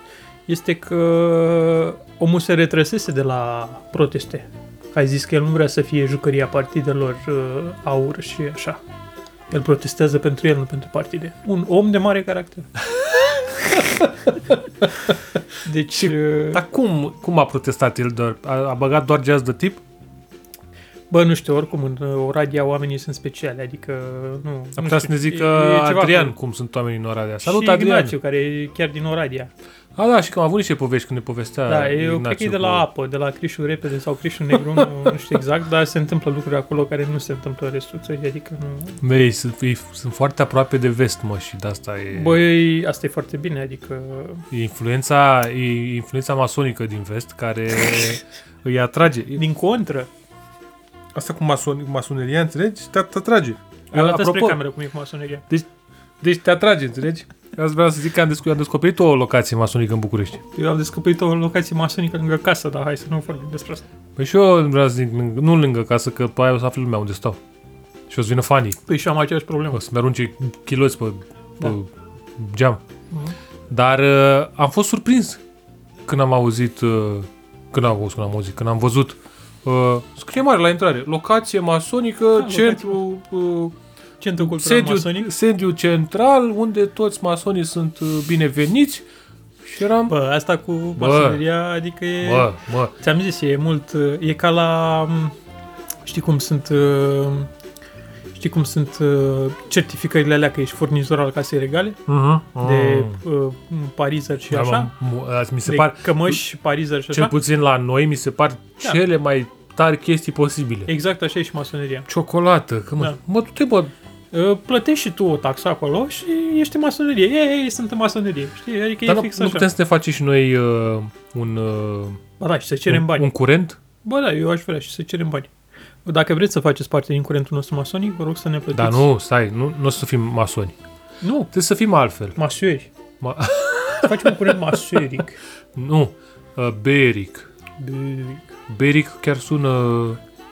Speaker 2: este că omul se retrăsese de la proteste. Ai zis că el nu vrea să fie jucăria partidelor uh, aur și așa. El protestează pentru el, nu pentru partide. Un om de mare caracter. deci, uh,
Speaker 3: dar cum, cum a protestat el? Doar, a, a băgat doar jazz de tip?
Speaker 2: bă, nu știu, oricum, în uh, Oradea oamenii sunt speciale, adică nu... nu
Speaker 3: Ar putea să
Speaker 2: știu,
Speaker 3: ne
Speaker 2: e-
Speaker 3: zică
Speaker 2: e ceva
Speaker 3: Adrian
Speaker 2: acolo.
Speaker 3: cum sunt oamenii în Oradea.
Speaker 2: și
Speaker 3: Salut, Adrian!
Speaker 2: Ignațiu, care e chiar din Oradea.
Speaker 3: A, da, și că am avut niște povești când ne povestea
Speaker 2: Da, eu
Speaker 3: Ignațiu
Speaker 2: cred că e de
Speaker 3: cu-
Speaker 2: la apă, de la Crișul Repede sau Crișul Negru, nu, nu știu exact, dar se întâmplă lucruri acolo care nu se întâmplă în restul țării, adică nu...
Speaker 3: Mei, sunt, ei, sunt foarte aproape de vest, mă, și de asta e...
Speaker 2: Băi, asta e foarte bine, adică...
Speaker 3: E influența, e influența masonică din vest care îi atrage.
Speaker 2: Din contră,
Speaker 3: Asta cu mason, masoneria, înțelegi? Te, te atrage.
Speaker 2: arată spre cameră cum e cu masoneria.
Speaker 3: deci te atrage, înțelegi? Eu vreau să zic că am, descu- am descoperit o locație masonică în București.
Speaker 2: Eu am descoperit o locație masonică lângă casă, dar hai să nu vorbim despre asta.
Speaker 3: Păi și eu vreau să zic, lâng- nu lângă casă, că pe aia o să afle lumea unde stau. Și o să vină fanii.
Speaker 2: Păi și eu am aceeași
Speaker 3: O
Speaker 2: problemă.
Speaker 3: să-mi arunce chiloți pe, pe
Speaker 2: Da. Mhm.
Speaker 3: geam. Dar uh, am fost surprins când am auzit, uh, când am auzit, când am auzit, când am văzut uh, scrie mare la intrare, locație masonică,
Speaker 2: Da, locație
Speaker 3: centru, uh,
Speaker 2: Centrul cultural
Speaker 3: sediu,
Speaker 2: masonic.
Speaker 3: sediu central, unde toți masonii sunt uh, bineveniți și eram... Bă,
Speaker 2: Bă, asta cu masoneria, adică e...
Speaker 3: bă, bă.
Speaker 2: Ți-am zis, e mult, e ca la, m, știi cum sunt, uh, știi cum sunt uh, certificările alea că ești furnizor al casei regale,
Speaker 3: Uh-huh.
Speaker 2: de uh, parizer și așa,
Speaker 3: Mi Da, se
Speaker 2: de
Speaker 3: par,
Speaker 2: cămăși, parizer și
Speaker 3: cel
Speaker 2: așa.
Speaker 3: puțin la noi, mi se par
Speaker 2: Da.
Speaker 3: cele mai tari chestii posibile.
Speaker 2: Exact așa e și masoneria.
Speaker 3: Ciocolată, că mă,
Speaker 2: Da.
Speaker 3: mă du-te, bă,
Speaker 2: Uh, Plătești și tu o taxă acolo și ești în masonerie. Ei, ei, sunt în masonerie. Știi? Adică
Speaker 3: Dar
Speaker 2: e
Speaker 3: nu,
Speaker 2: fix
Speaker 3: nu
Speaker 2: așa.
Speaker 3: putem să ne facem și noi uh, un, uh,
Speaker 2: Ba da, și să cerem
Speaker 3: un,
Speaker 2: bani.
Speaker 3: un curent?
Speaker 2: Bă da, eu aș vrea și să cerem bani. Dacă vreți să faceți parte din curentul nostru masonic, vă rog să ne plătiți.
Speaker 3: Dar Da, nu, stai, nu, nu o să fim masoni.
Speaker 2: Nu,
Speaker 3: Trebuie să fim altfel.
Speaker 2: masuieri.
Speaker 3: Ma-
Speaker 2: Să facem un curent masonic.
Speaker 3: Nu, uh, beric. Beric chiar sună...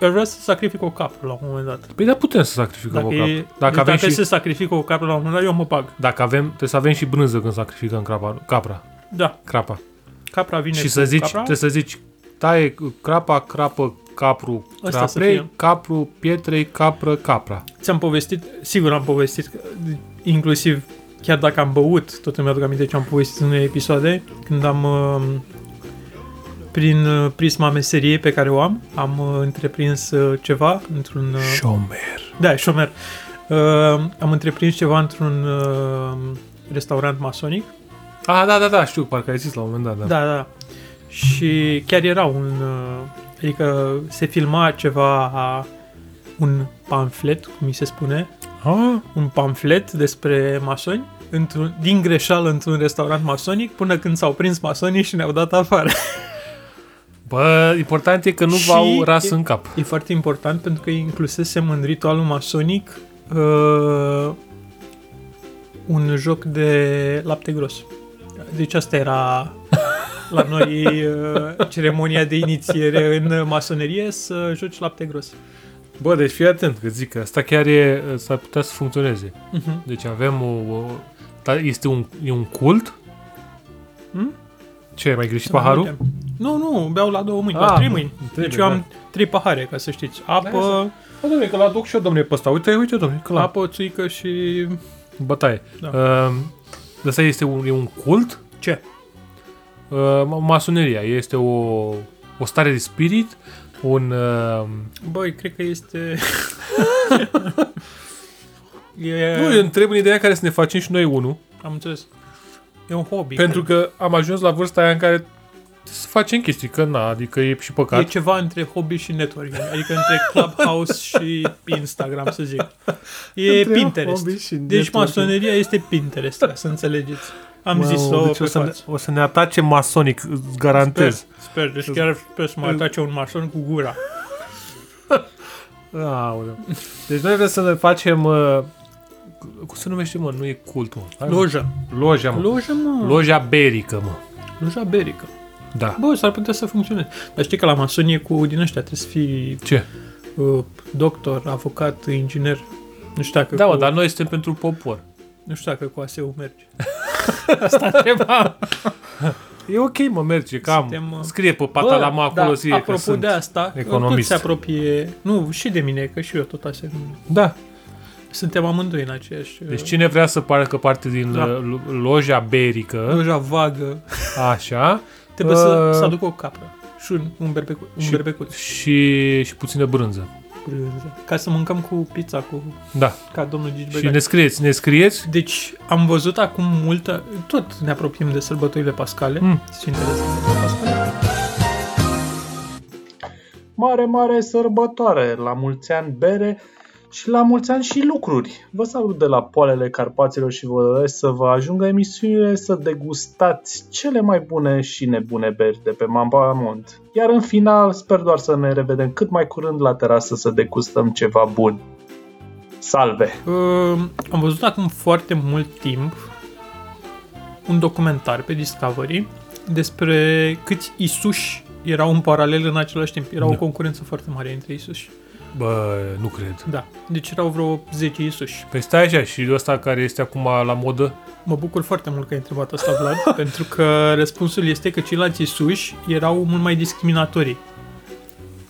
Speaker 2: Eu vreau să sacrific o capră la un moment dat.
Speaker 3: Păi da, putem să sacrificăm
Speaker 2: Dacă,
Speaker 3: o
Speaker 2: e,
Speaker 3: capă. Dacă, avem
Speaker 2: dacă
Speaker 3: și,
Speaker 2: se sacrifică o capră la un moment dat, eu mă bag.
Speaker 3: dacă avem, trebuie să avem și brânză când sacrificăm crapa, capra.
Speaker 2: Da,
Speaker 3: crapa.
Speaker 2: capra vine
Speaker 3: Și
Speaker 2: cu
Speaker 3: să zici,
Speaker 2: capra.
Speaker 3: trebuie să zici, taie crapa, crapă, capru,
Speaker 2: Ăsta să
Speaker 3: craprei,
Speaker 2: fie.
Speaker 3: capru, pietrei, capră, capra.
Speaker 2: Ți-am povestit, sigur am povestit, că, de- inclusiv chiar dacă am băut, tot îmi aduc aminte ce am povestit în unele episoade, când am, um, prin uh, prisma meseriei pe care o am, am uh, întreprins uh, ceva într-un... uh,
Speaker 3: Șomer.
Speaker 2: Da, șomer. Uh, Am întreprins ceva într-un uh, restaurant masonic
Speaker 3: Ah, da, da, da, știu, parcă ai zis la un moment dat, da.
Speaker 2: Da, da. Și chiar era un... uh, Adică se filma ceva, un pamflet, cum mi se spune,
Speaker 3: Ah,
Speaker 2: un pamflet despre masoni, într-un, din greșeală într-un restaurant masonic, până când s-au prins masonii și ne-au dat afară.
Speaker 3: Bă, important e că nu
Speaker 2: Și-
Speaker 3: v-au ras în cap.
Speaker 2: E foarte important pentru că inclusesem în ritualul masonic uh, un joc de lapte gros. Deci asta era la noi uh, ceremonia de inițiere în masonerie, să joci lapte gros.
Speaker 3: Bă, deci fii atent că zic că asta chiar e, s-ar putea să funcționeze.
Speaker 2: Mhm.
Speaker 3: Deci avem o... o dar este un, e un cult?
Speaker 2: Hmm?
Speaker 3: Ce, ai mai greșit paharul?
Speaker 2: Uite. Nu, nu, beau la două mâini,
Speaker 3: Ah,
Speaker 2: la trei mâini.
Speaker 3: trei
Speaker 2: deci eu
Speaker 3: mâini,
Speaker 2: am trei pahare, ca să știți. Apă,
Speaker 3: Bă, domne, că l-aduc și eu, domne, pe ăsta. Uite, uite, domne, că l-am.
Speaker 2: apă, țuică și...
Speaker 3: Bătaie.
Speaker 2: Da.
Speaker 3: Uh, asta este un, e un cult?
Speaker 2: Ce?
Speaker 3: Uh, masoneria este o, o stare de spirit, un... Uh,
Speaker 2: Băi, cred că este... e...
Speaker 3: nu, eu întreb în ideea care să ne facem și noi unul.
Speaker 2: Am înțeles. E un hobby.
Speaker 3: Pentru că am ajuns la vârsta aia în care să facem chestii, că na, adică e și
Speaker 2: că e
Speaker 3: păcat.
Speaker 2: ceva între hobby și networking, adică între Clubhouse și Instagram, să zic. E
Speaker 6: Între
Speaker 2: Pinterest.
Speaker 6: hobby și
Speaker 2: Deci
Speaker 6: networking.
Speaker 2: masoneria este Pinterest, ca să înțelegeți. Am zis-o
Speaker 3: deci
Speaker 2: pe
Speaker 3: o, să ne,
Speaker 2: față.
Speaker 3: o să ne atace masonic, îți
Speaker 2: Sper,
Speaker 3: garantez.
Speaker 2: sper, deci chiar sper să mă atace un mason cu gura.
Speaker 3: Aoleu. Deci noi vrem să ne facem... Uh, cum se numește, mă? Nu e cult, mă. Hai, mă.
Speaker 2: Lojă.
Speaker 3: Loja, mă.
Speaker 2: Lojă, mă.
Speaker 3: Loja berică, mă.
Speaker 2: Loja berică.
Speaker 3: Da.
Speaker 2: Bă, s-ar putea să funcționeze. Dar știi că la masonie cu din ăștia trebuie să fii
Speaker 3: Ce?
Speaker 2: uh, doctor, avocat, inginer. Nu știu dacă
Speaker 3: Da,
Speaker 2: cu,
Speaker 3: mă, dar noi suntem pentru popor.
Speaker 2: nu știu dacă cu ASEU merge.
Speaker 3: E ok, mă, merge, cam.
Speaker 2: Suntem, uh, da,
Speaker 3: Scrie pe patalama acolo, scrie
Speaker 2: apropo
Speaker 3: că sunt.
Speaker 2: de asta,
Speaker 3: economist.
Speaker 2: tot se apropie, nu, și de mine, că și eu tot așa,
Speaker 3: Da.
Speaker 2: suntem amândoi în aceeași...
Speaker 3: Deci cine vrea să pară că parte din
Speaker 2: Da.
Speaker 3: da. loja berică,
Speaker 2: Loja uh, vagă,
Speaker 3: așa,
Speaker 2: trebuie să,
Speaker 3: Uh,
Speaker 2: să aduc o capră și un, un berbecut, un
Speaker 3: și-
Speaker 2: berbecut
Speaker 3: și, și puțină brânză.
Speaker 2: cu brânză, ca să mâncăm cu pizza, cu,
Speaker 3: Da.
Speaker 2: ca domnul Gigi
Speaker 3: Și
Speaker 2: Becali.
Speaker 3: ne scrieți, ne scrieți.
Speaker 2: Deci am văzut acum multă, tot ne apropiem de sărbătorile pascale, mm.
Speaker 3: Mm.
Speaker 2: ce interesant de pascale.
Speaker 6: Mare, mare sărbătoare, la mulți ani bere și la mulți ani și lucruri. Vă salut de la poalele Carpaților și vă doresc să vă ajungă emisiunile să degustați cele mai bune și nebune beri de pe Mampamont. Iar în final, sper doar să ne revedem cât mai curând la terasă să degustăm ceva bun. Salve!
Speaker 2: Uh, am văzut acum foarte mult timp un documentar pe Discovery despre câți Isuși erau în paralel în același timp. Era o
Speaker 3: Da.
Speaker 2: concurență foarte mare între Isuși.
Speaker 3: Bă, nu cred.
Speaker 2: Da. Deci erau vreo 10 Isuși.
Speaker 3: Păi stai așa, și ăsta care este acum la modă,
Speaker 2: Mă bucur foarte mult că ai întrebat asta, Vlad, pentru că răspunsul este că ceilalți Isuși erau mult mai discriminatorii.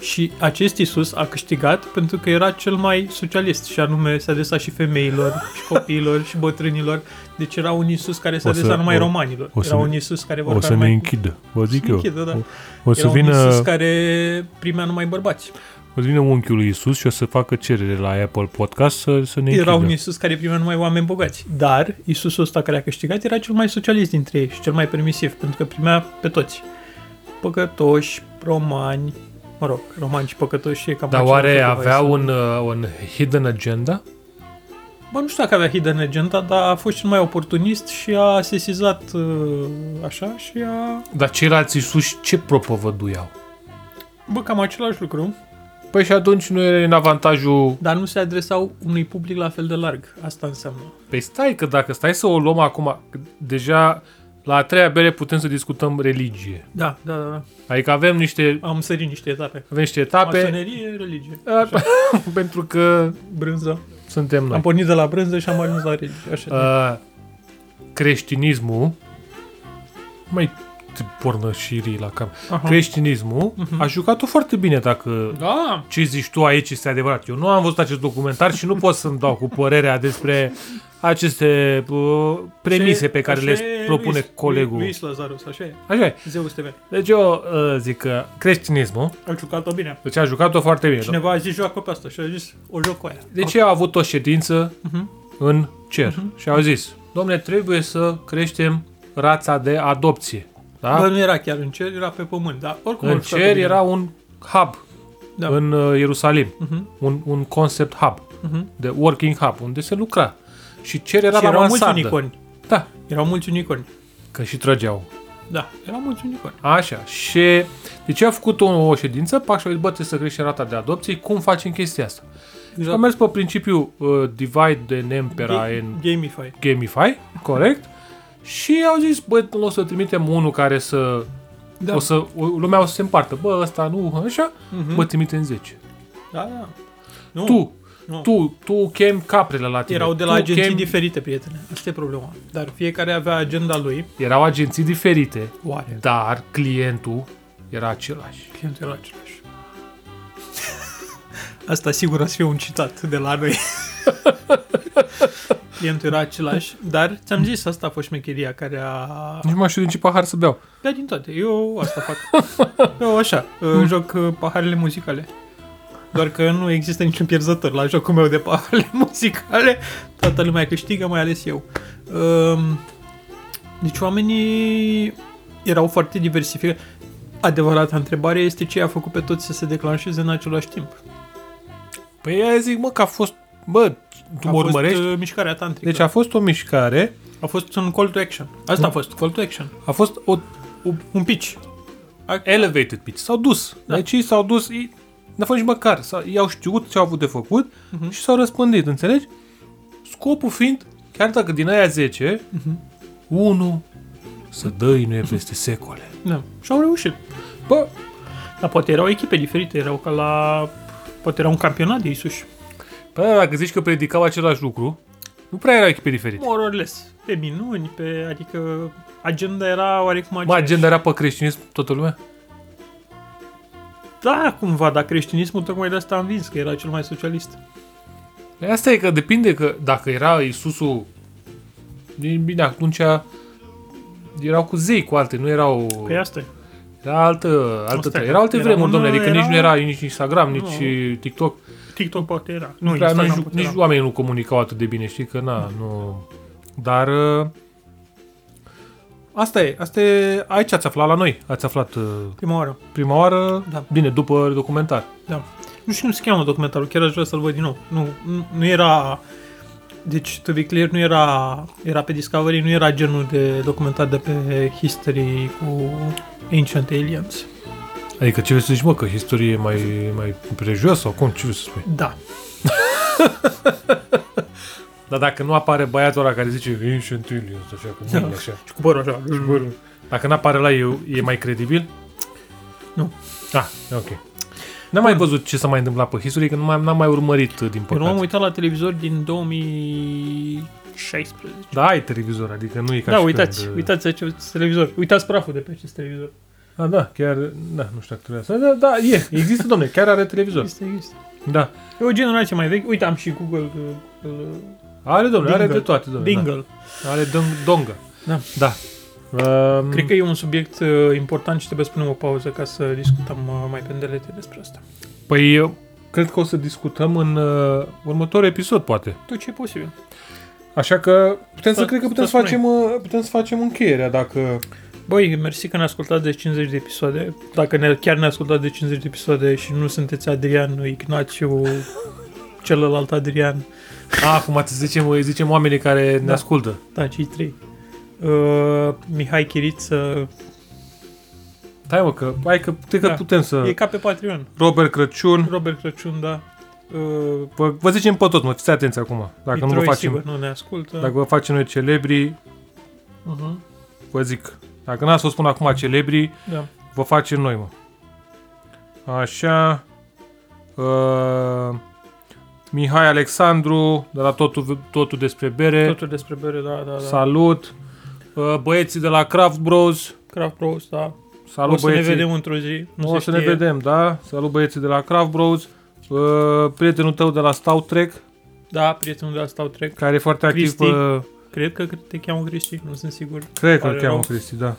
Speaker 2: Și acest Isus a câștigat pentru că era cel mai socialist și anume se adresa și femeilor, și copiilor, și bătrânilor. Deci era un Isus care se
Speaker 3: O să-
Speaker 2: adresa numai
Speaker 3: o-
Speaker 2: romanilor.
Speaker 3: o să
Speaker 2: Era
Speaker 3: ne-
Speaker 2: un Isus care
Speaker 3: o
Speaker 2: vorbea
Speaker 3: să ne
Speaker 2: numai
Speaker 3: închidă. Vă zic eu.
Speaker 2: închidă, da.
Speaker 3: O, o să
Speaker 2: Era un
Speaker 3: vină...
Speaker 2: Isus care primea numai bărbați.
Speaker 3: O să vină unchiul lui Isus și o să facă cerere la Apple Podcast să, să ne
Speaker 2: Era
Speaker 3: închidă.
Speaker 2: un Isus care primea numai oameni bogați. Dar Isusul ăsta care a câștigat era cel mai socialist dintre ei și cel mai permisiv, pentru că primea pe toți. Păcătoși, romani, mă rog, romani și păcătoși e cam
Speaker 3: Dar
Speaker 2: același
Speaker 3: oare
Speaker 2: lucru, hai
Speaker 3: avea
Speaker 2: să-
Speaker 3: un, uh, un hidden agenda?
Speaker 2: Bă, nu știu dacă avea hidden agenda, dar a fost cel mai oportunist și a sesizat uh, așa și a...
Speaker 3: Dar ceilalți Isus ce propovăduiau?
Speaker 2: Bă, cam același lucru,
Speaker 3: Păi și atunci nu era în avantajul...
Speaker 2: dar nu se adresau unui public la fel de larg. Asta înseamnă.
Speaker 3: Păi stai că dacă stai să o luăm acum, că deja la a treia bere putem să discutăm religie.
Speaker 2: Da, da, da, da.
Speaker 3: Adică avem niște,
Speaker 2: Am sărit niște etape.
Speaker 3: avem niște etape
Speaker 2: Masonerie, religie,
Speaker 3: pentru că
Speaker 2: brânză.
Speaker 3: suntem noi.
Speaker 2: Am pornit de la brânză și am ajuns la religie. Așa.
Speaker 3: Uh, creștinismul mai te pornă șirii la cap.
Speaker 2: Aha. Mhm.
Speaker 3: Creștinismul a jucat-o foarte bine dacă
Speaker 2: Da,
Speaker 3: ce zici tu aici este adevărat. Eu nu am văzut acest documentar și nu pot să-mi dau cu părerea despre aceste uh, premise pe care le propune colegul.
Speaker 2: Luis Lazarus, așa e.
Speaker 3: Așa e.
Speaker 2: Zeus TV.
Speaker 3: Deci eu uh, zic că creștinismul,
Speaker 2: A jucat-o bine.
Speaker 3: deci a jucat-o foarte bine.
Speaker 2: Cineva a zis joacă pe asta și a zis o joc cu aia.
Speaker 3: Deci ei au avut o ședință
Speaker 2: Mhm.
Speaker 3: în cer și au zis, domne, trebuie să creștem rața de adopție. Da?
Speaker 2: Bă, nu era chiar în cer, era pe pământ, dar oricum a
Speaker 3: în
Speaker 2: jucat-o
Speaker 3: cer
Speaker 2: bine.
Speaker 3: era un hub
Speaker 2: Da.
Speaker 3: da. în uh, Ierusalim,
Speaker 2: Mhm.
Speaker 3: un, un concept hub,
Speaker 2: Mhm.
Speaker 3: de working hub, unde se lucra. Și cer era
Speaker 2: și
Speaker 3: la
Speaker 2: erau mulți
Speaker 3: mansardă.
Speaker 2: unicorni.
Speaker 3: Da,
Speaker 2: Erau mulți unicorni.
Speaker 3: că și trăgeau.
Speaker 2: Da, erau mulți unicorni.
Speaker 3: Așa, și deci au făcut o, o ședință, pac și au zis, bă, trebuie să creștem rata de adopție, cum facem chestia asta?
Speaker 2: Exact.
Speaker 3: Și au mers pe principiul uh, divide and impera
Speaker 2: Ga-
Speaker 3: and
Speaker 2: Gamify.
Speaker 3: gamify, corect, și au zis, bă, o să trimitem unul care să...
Speaker 2: Da. Mhm.
Speaker 3: Da. O să, o, lumea o să se împartă. Bă, ăsta nu, așa, uh-huh. bă, trimitem 10.
Speaker 2: Da, da. Nu.
Speaker 3: Tu,
Speaker 2: Nu.
Speaker 3: tu, tu chem caprele la tine.
Speaker 2: Erau de la
Speaker 3: tu
Speaker 2: agenții
Speaker 3: chem-
Speaker 2: diferite, prietene. Asta e problema. Dar fiecare avea agenda lui.
Speaker 3: Erau agenții diferite,
Speaker 2: Oare?
Speaker 3: dar clientul era același.
Speaker 2: Clientul era același. Asta sigur o să fie un citat de la noi. Clientul era același, dar ți-am zis, asta a fost șmecheria care a...
Speaker 3: Nici nu mai știu din ce pahar să beau.
Speaker 2: Da, din toate. Eu asta fac. Eu așa, uh, joc uh, paharele muzicale. Doar că nu există niciun pierzător la jocul meu de paharele muzicale. Toată lumea câștigă, mai ales eu. Um, Deci oamenii erau foarte diversificați. Adevărata întrebare este ce a făcut pe toți să se declanșeze în același timp.
Speaker 3: Păi aia zic, mă, că a fost... Bă, tu
Speaker 2: a
Speaker 3: mă urmărești?
Speaker 2: fost uh, mișcarea tantrică.
Speaker 3: Deci a Da. fost o mișcare,
Speaker 2: a fost un call to action. Asta a fost, call to action.
Speaker 3: a fost o
Speaker 2: Un pitch.
Speaker 3: elevated pitch. S-au dus. Da. Deci ei s-au dus, ei, n-a fost nici măcar, s-au, ei au știut ce au avut de făcut
Speaker 2: Mhm.
Speaker 3: uh-huh. și s-au răspândit, înțelegi? Scopul fiind, chiar dacă din aia 10,
Speaker 2: Mhm.
Speaker 3: uh-huh. 1 să dăinuie peste secole.
Speaker 2: Da. Și au reușit.
Speaker 3: Bă,
Speaker 2: Dar poate erau echipe diferite, erau ca la... Poate era un campionat de Isuși.
Speaker 3: Păi da, dacă zici că predicau același lucru, nu prea erau echipe diferite.
Speaker 2: More or less. Pe minuni, pe... Adică agenda era oarecum
Speaker 3: Mă,
Speaker 2: aceeași.
Speaker 3: agenda era pe creștinism toată lumea?
Speaker 2: Da, cumva, dar creștinismul tocmai de asta am vins, că era cel mai socialist.
Speaker 3: Păi Asta e că depinde că dacă era Iisusul, din- bine, atunci erau cu zei, cu alte, nu erau...
Speaker 2: Păi asta e.
Speaker 3: Era altă, altă
Speaker 2: Asta e.
Speaker 3: erau alte
Speaker 2: Era
Speaker 3: vremuri,
Speaker 2: una-
Speaker 3: domnule, adică
Speaker 2: era-
Speaker 3: nici nu era nici Instagram, nici TikTok.
Speaker 2: TikTok poate era. Nu,
Speaker 3: Prea,
Speaker 2: Instagram
Speaker 3: nici,
Speaker 2: poate
Speaker 3: nici
Speaker 2: era.
Speaker 3: oamenii nu comunicau atât de bine, știi că na, nu... Dar... uh, Asta e, asta e, aici ați aflat la noi, ați aflat uh,
Speaker 2: Prima oară,
Speaker 3: prima oară,
Speaker 2: Da.
Speaker 3: bine, după documentar.
Speaker 2: da. Nu știu cum se cheamă documentarul, chiar aș vrea să-l văd din nou. Nu, nu, nu era... Deci, to be clear, nu era, era pe Discovery, nu era genul de documentar de pe History cu Ancient Aliens.
Speaker 3: Adică ce vrei să zici, mă, că istorie e mai, mai prejos sau cum, ce vrei să spui?
Speaker 2: Da,
Speaker 3: Dar dacă nu apare băiatul ăla care zice Ancient Aliens, așa, cu mâinile așa,
Speaker 2: și cu părul așa.
Speaker 3: cu părul. dacă nu apare la eu, e mai credibil?
Speaker 2: Nu.
Speaker 3: Ah, ok. N-am mai văzut ce s-a mai întâmplat pe History, că nu mai, n-am mai urmărit, din
Speaker 2: Eu nu
Speaker 3: păcate.
Speaker 2: m-am uitat la televizor din 2016.
Speaker 3: Da, ai televizor, adică nu e ca
Speaker 2: Da,
Speaker 3: și
Speaker 2: uitați,
Speaker 3: când...
Speaker 2: uitați acest televizor. Uitați praful de pe acest televizor.
Speaker 3: A, da, chiar, da, nu știu dacă trebuie să... Da, da, e, există, domne, chiar are televizor.
Speaker 2: Este, este.
Speaker 3: Da,
Speaker 2: E o generație mai veche. Uite, am și Google, uh, uh,
Speaker 3: are, domne, are
Speaker 2: Dingle.
Speaker 3: de toate, domne.
Speaker 2: Dingle.
Speaker 3: Da. Are dong, donga.
Speaker 2: Da.
Speaker 3: Da. Um,
Speaker 2: Cred că e un subiect uh, important și trebuie să punem o pauză ca să discutăm uh, mai pendelete despre asta.
Speaker 3: Păi eu cred că o să discutăm în uh, următorul episod, poate.
Speaker 2: Tot ce e posibil.
Speaker 3: Așa că putem să
Speaker 2: Să-
Speaker 3: cred că putem
Speaker 2: să
Speaker 3: să facem
Speaker 2: spunem.
Speaker 3: uh, putem să facem încheierea dacă
Speaker 2: Băi, mersi că ne ascultați de 50 de episoade. Dacă ne, chiar ne ascultați de 50 de episoade și nu sunteți Adrian, Ignaciu, celălalt Adrian,
Speaker 3: Ah, cum ați zicem, zicem oamenii care ne
Speaker 2: Da.
Speaker 3: ascultă.
Speaker 2: da, cei trei. Uh, Mihai Chiriță,
Speaker 3: Hai mă că hai că cred că
Speaker 2: Da.
Speaker 3: putem să
Speaker 2: E ca pe Patreon.
Speaker 3: Robert Crăciun
Speaker 2: Robert Crăciun, da. Uh,
Speaker 3: Vă, vă zicem pe tot, mă, fiți atenți acum. Dacă nu vă
Speaker 2: Mitroi,
Speaker 3: facem,
Speaker 2: sigur, nu ne ascultă.
Speaker 3: dacă vă facem noi celebri, Mhm.
Speaker 2: Uh-huh.
Speaker 3: vă zic. Dacă n-ați să o spun acum celebri,
Speaker 2: Da.
Speaker 3: vă facem noi, mă. Așa. Uh, Mihai Alexandru, de la totul, totul despre bere.
Speaker 2: Totul despre bere, da, da, da.
Speaker 3: Salut! Uh, Băieții de la Craft Bros.
Speaker 2: Craft Bros, da.
Speaker 3: Salut
Speaker 2: o să
Speaker 3: băieții.
Speaker 2: ne vedem într-o zi. Nu
Speaker 3: o
Speaker 2: se
Speaker 3: să ne
Speaker 2: știe.
Speaker 3: vedem, da? Salut băieții de la Craft Bros. Uh, prietenul tău de la Stout Trek,
Speaker 2: Da, prietenul de la Stau Trek.
Speaker 3: care e foarte activ
Speaker 2: Cristi.
Speaker 3: uh,
Speaker 2: Cred că te cheamă Cristi, nu sunt sigur.
Speaker 3: cred că
Speaker 2: Pare
Speaker 3: îl cheamă
Speaker 2: rău.
Speaker 3: Cristi, da.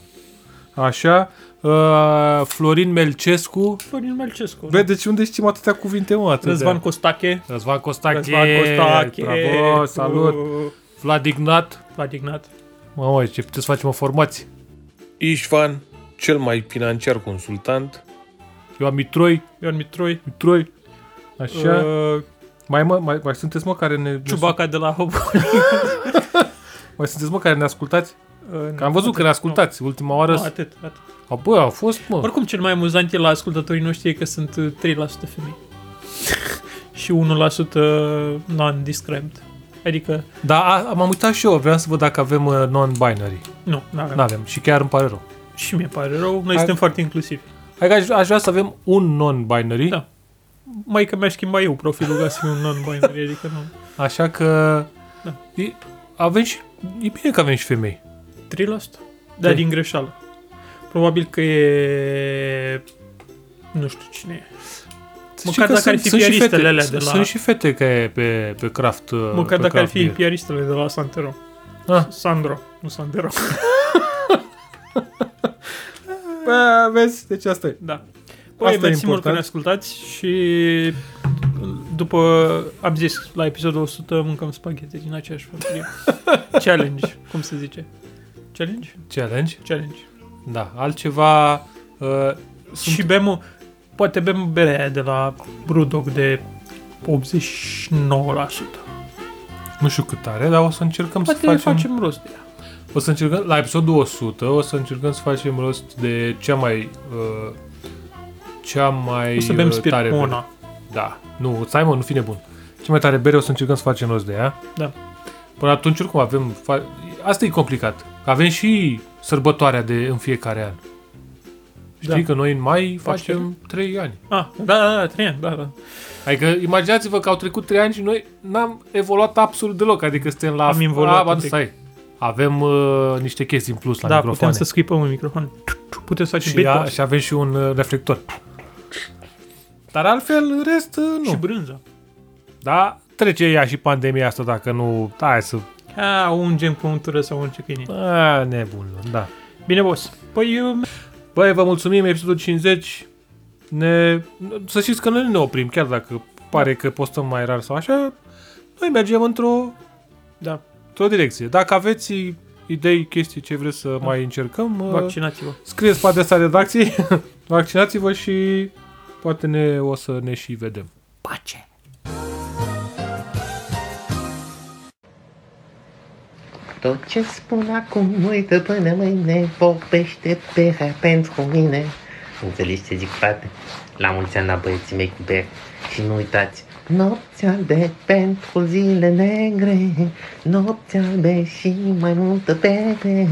Speaker 3: Așa. Uh, Florin Melcescu.
Speaker 2: Florin Melcescu.
Speaker 3: Bă, deci unde știm atâtea cuvinte, mă? Atâtea?
Speaker 2: Răzvan Costache.
Speaker 3: Răzvan Costache.
Speaker 2: Răzvan Costache.
Speaker 3: Bravo, salut.
Speaker 2: Uh,
Speaker 3: Vlad Ignat.
Speaker 2: Vlad Ignat.
Speaker 3: Mamă, ce puteți să facem o formație?
Speaker 7: Ișvan, cel mai financiar consultant,
Speaker 3: Eu am Mitroi.
Speaker 2: Ion Mitroi.
Speaker 3: Mitroi. Așa.
Speaker 2: Uh,
Speaker 3: mai, mă, mai, mai sunteți mă care ne...
Speaker 2: Ciubaca de la Hobo.
Speaker 3: Mai sunteți mă care ne ascultați? Că am văzut că ne ascultați ultima oară.
Speaker 2: Nu,
Speaker 3: s-
Speaker 2: Uh, atât, atât.
Speaker 3: A, bă, a fost, mă.
Speaker 2: Oricum, cel mai amuzant e la ascultătorii noștri e că sunt uh, 3% femei. și 1% non-described. uh, Adică,
Speaker 3: Dar a- m-am uitat și eu, vreau să văd dacă avem uh, non-binary.
Speaker 2: nu, nu avem.
Speaker 3: N-avem și chiar îmi pare rău.
Speaker 2: Și mi pare rău, noi
Speaker 3: Da. Hai-
Speaker 2: suntem foarte inclusivi.
Speaker 3: Adică aș, aș vrea să avem un non-binary.
Speaker 2: Da. mai că mi-a schimbat eu profilul ca să fiu un non-binary, adică nu.
Speaker 3: Așa că...
Speaker 2: Da.
Speaker 3: E, avem și, e bine că avem și femei.
Speaker 2: Trilost? Da,
Speaker 3: Da.
Speaker 2: din greșeală. Probabil că e... Nu știu cine e. Măcar
Speaker 3: că
Speaker 2: dacă ar
Speaker 3: sunt-
Speaker 2: fi
Speaker 3: sunt și
Speaker 2: piaristele
Speaker 3: fete-
Speaker 2: alea de la-
Speaker 3: Sunt și fete care pe, pe craft. uh,
Speaker 2: Măcar
Speaker 3: pe
Speaker 2: dacă ar
Speaker 3: craft
Speaker 2: fi
Speaker 3: beer.
Speaker 2: piaristele de la Santero.
Speaker 3: Ah.
Speaker 2: Sandro, nu Santero. Bă, vezi, deci asta e. Da. Păi,
Speaker 3: Asta e
Speaker 2: mersi mult că
Speaker 3: important.
Speaker 2: ne ascultați și după, am zis, la episodul 100 mâncăm spaghete din aceeași familie. Challenge, cum se zice? Challenge?
Speaker 3: Challenge.
Speaker 2: Challenge.
Speaker 3: Da, altceva... Uh,
Speaker 2: Sunt... Și bem, o- poate bem berea aia de la Brewdog de 89%.
Speaker 3: nu știu cât are, dar o să încercăm
Speaker 2: Poate
Speaker 3: să
Speaker 2: facem...
Speaker 3: facem...
Speaker 2: facem rost de ea.
Speaker 3: O să încercăm, la episodul 100, o să încercăm să facem rost de cea mai... Uh, cea mai
Speaker 2: O să bem
Speaker 3: uh, tare bere.
Speaker 2: spirtmona.
Speaker 3: Da. Nu, stai mă, nu fi nebun. Cea mai tare bere o să încercăm să facem rost de ea.
Speaker 2: Da.
Speaker 3: Până atunci, oricum, avem... Fa- Asta e complicat. Avem și sărbătoarea de în fiecare an. Știi
Speaker 2: Da.
Speaker 3: că noi în mai
Speaker 2: Faci
Speaker 3: facem 3 ani.
Speaker 2: Ah, da, da, da, trei ani, da, da.
Speaker 3: Adică imaginați-vă că au trecut 3 ani și noi n-am evoluat absolut deloc. Adică suntem la...
Speaker 2: Am evoluat
Speaker 3: Ah, ba,
Speaker 2: un
Speaker 3: nu,
Speaker 2: pic.
Speaker 3: stai. Avem uh, niște chestii în plus la
Speaker 2: da,
Speaker 3: microfoane.
Speaker 2: putem să scuipăm un microfon. Putem să facem
Speaker 3: și, a,
Speaker 2: beatbox
Speaker 3: și avem și un uh, reflector. Dar altfel, în rest, uh, nu.
Speaker 2: și brânză.
Speaker 3: Da, trece ea și pandemia asta dacă nu... Hai să...
Speaker 2: A, ungem cu untură sau orice câine.
Speaker 3: A, nebun, da.
Speaker 2: Bine, boss. Păi, eu-
Speaker 3: Băi, vă mulțumim, episodul 50. Ne... Să știți că noi nu ne oprim, chiar dacă pare că postăm mai rar sau așa. Noi mergem într-o,
Speaker 2: da,
Speaker 3: într-o direcție. Dacă aveți idei, chestii ce vreți să mai încercăm, uh,
Speaker 2: vaccinați-vă.
Speaker 3: scrieți pe adresa redacției, vaccinați-vă și poate ne, o să ne și vedem.
Speaker 8: Tot ce spun acum, uită până mâine, vorbește berea pentru mine. Înțelegi ce zic, frate? La mulți ani la băieții mei cu bere. Și nu uitați, nopți albe pentru zile negre, nopți albe și mai multă bere.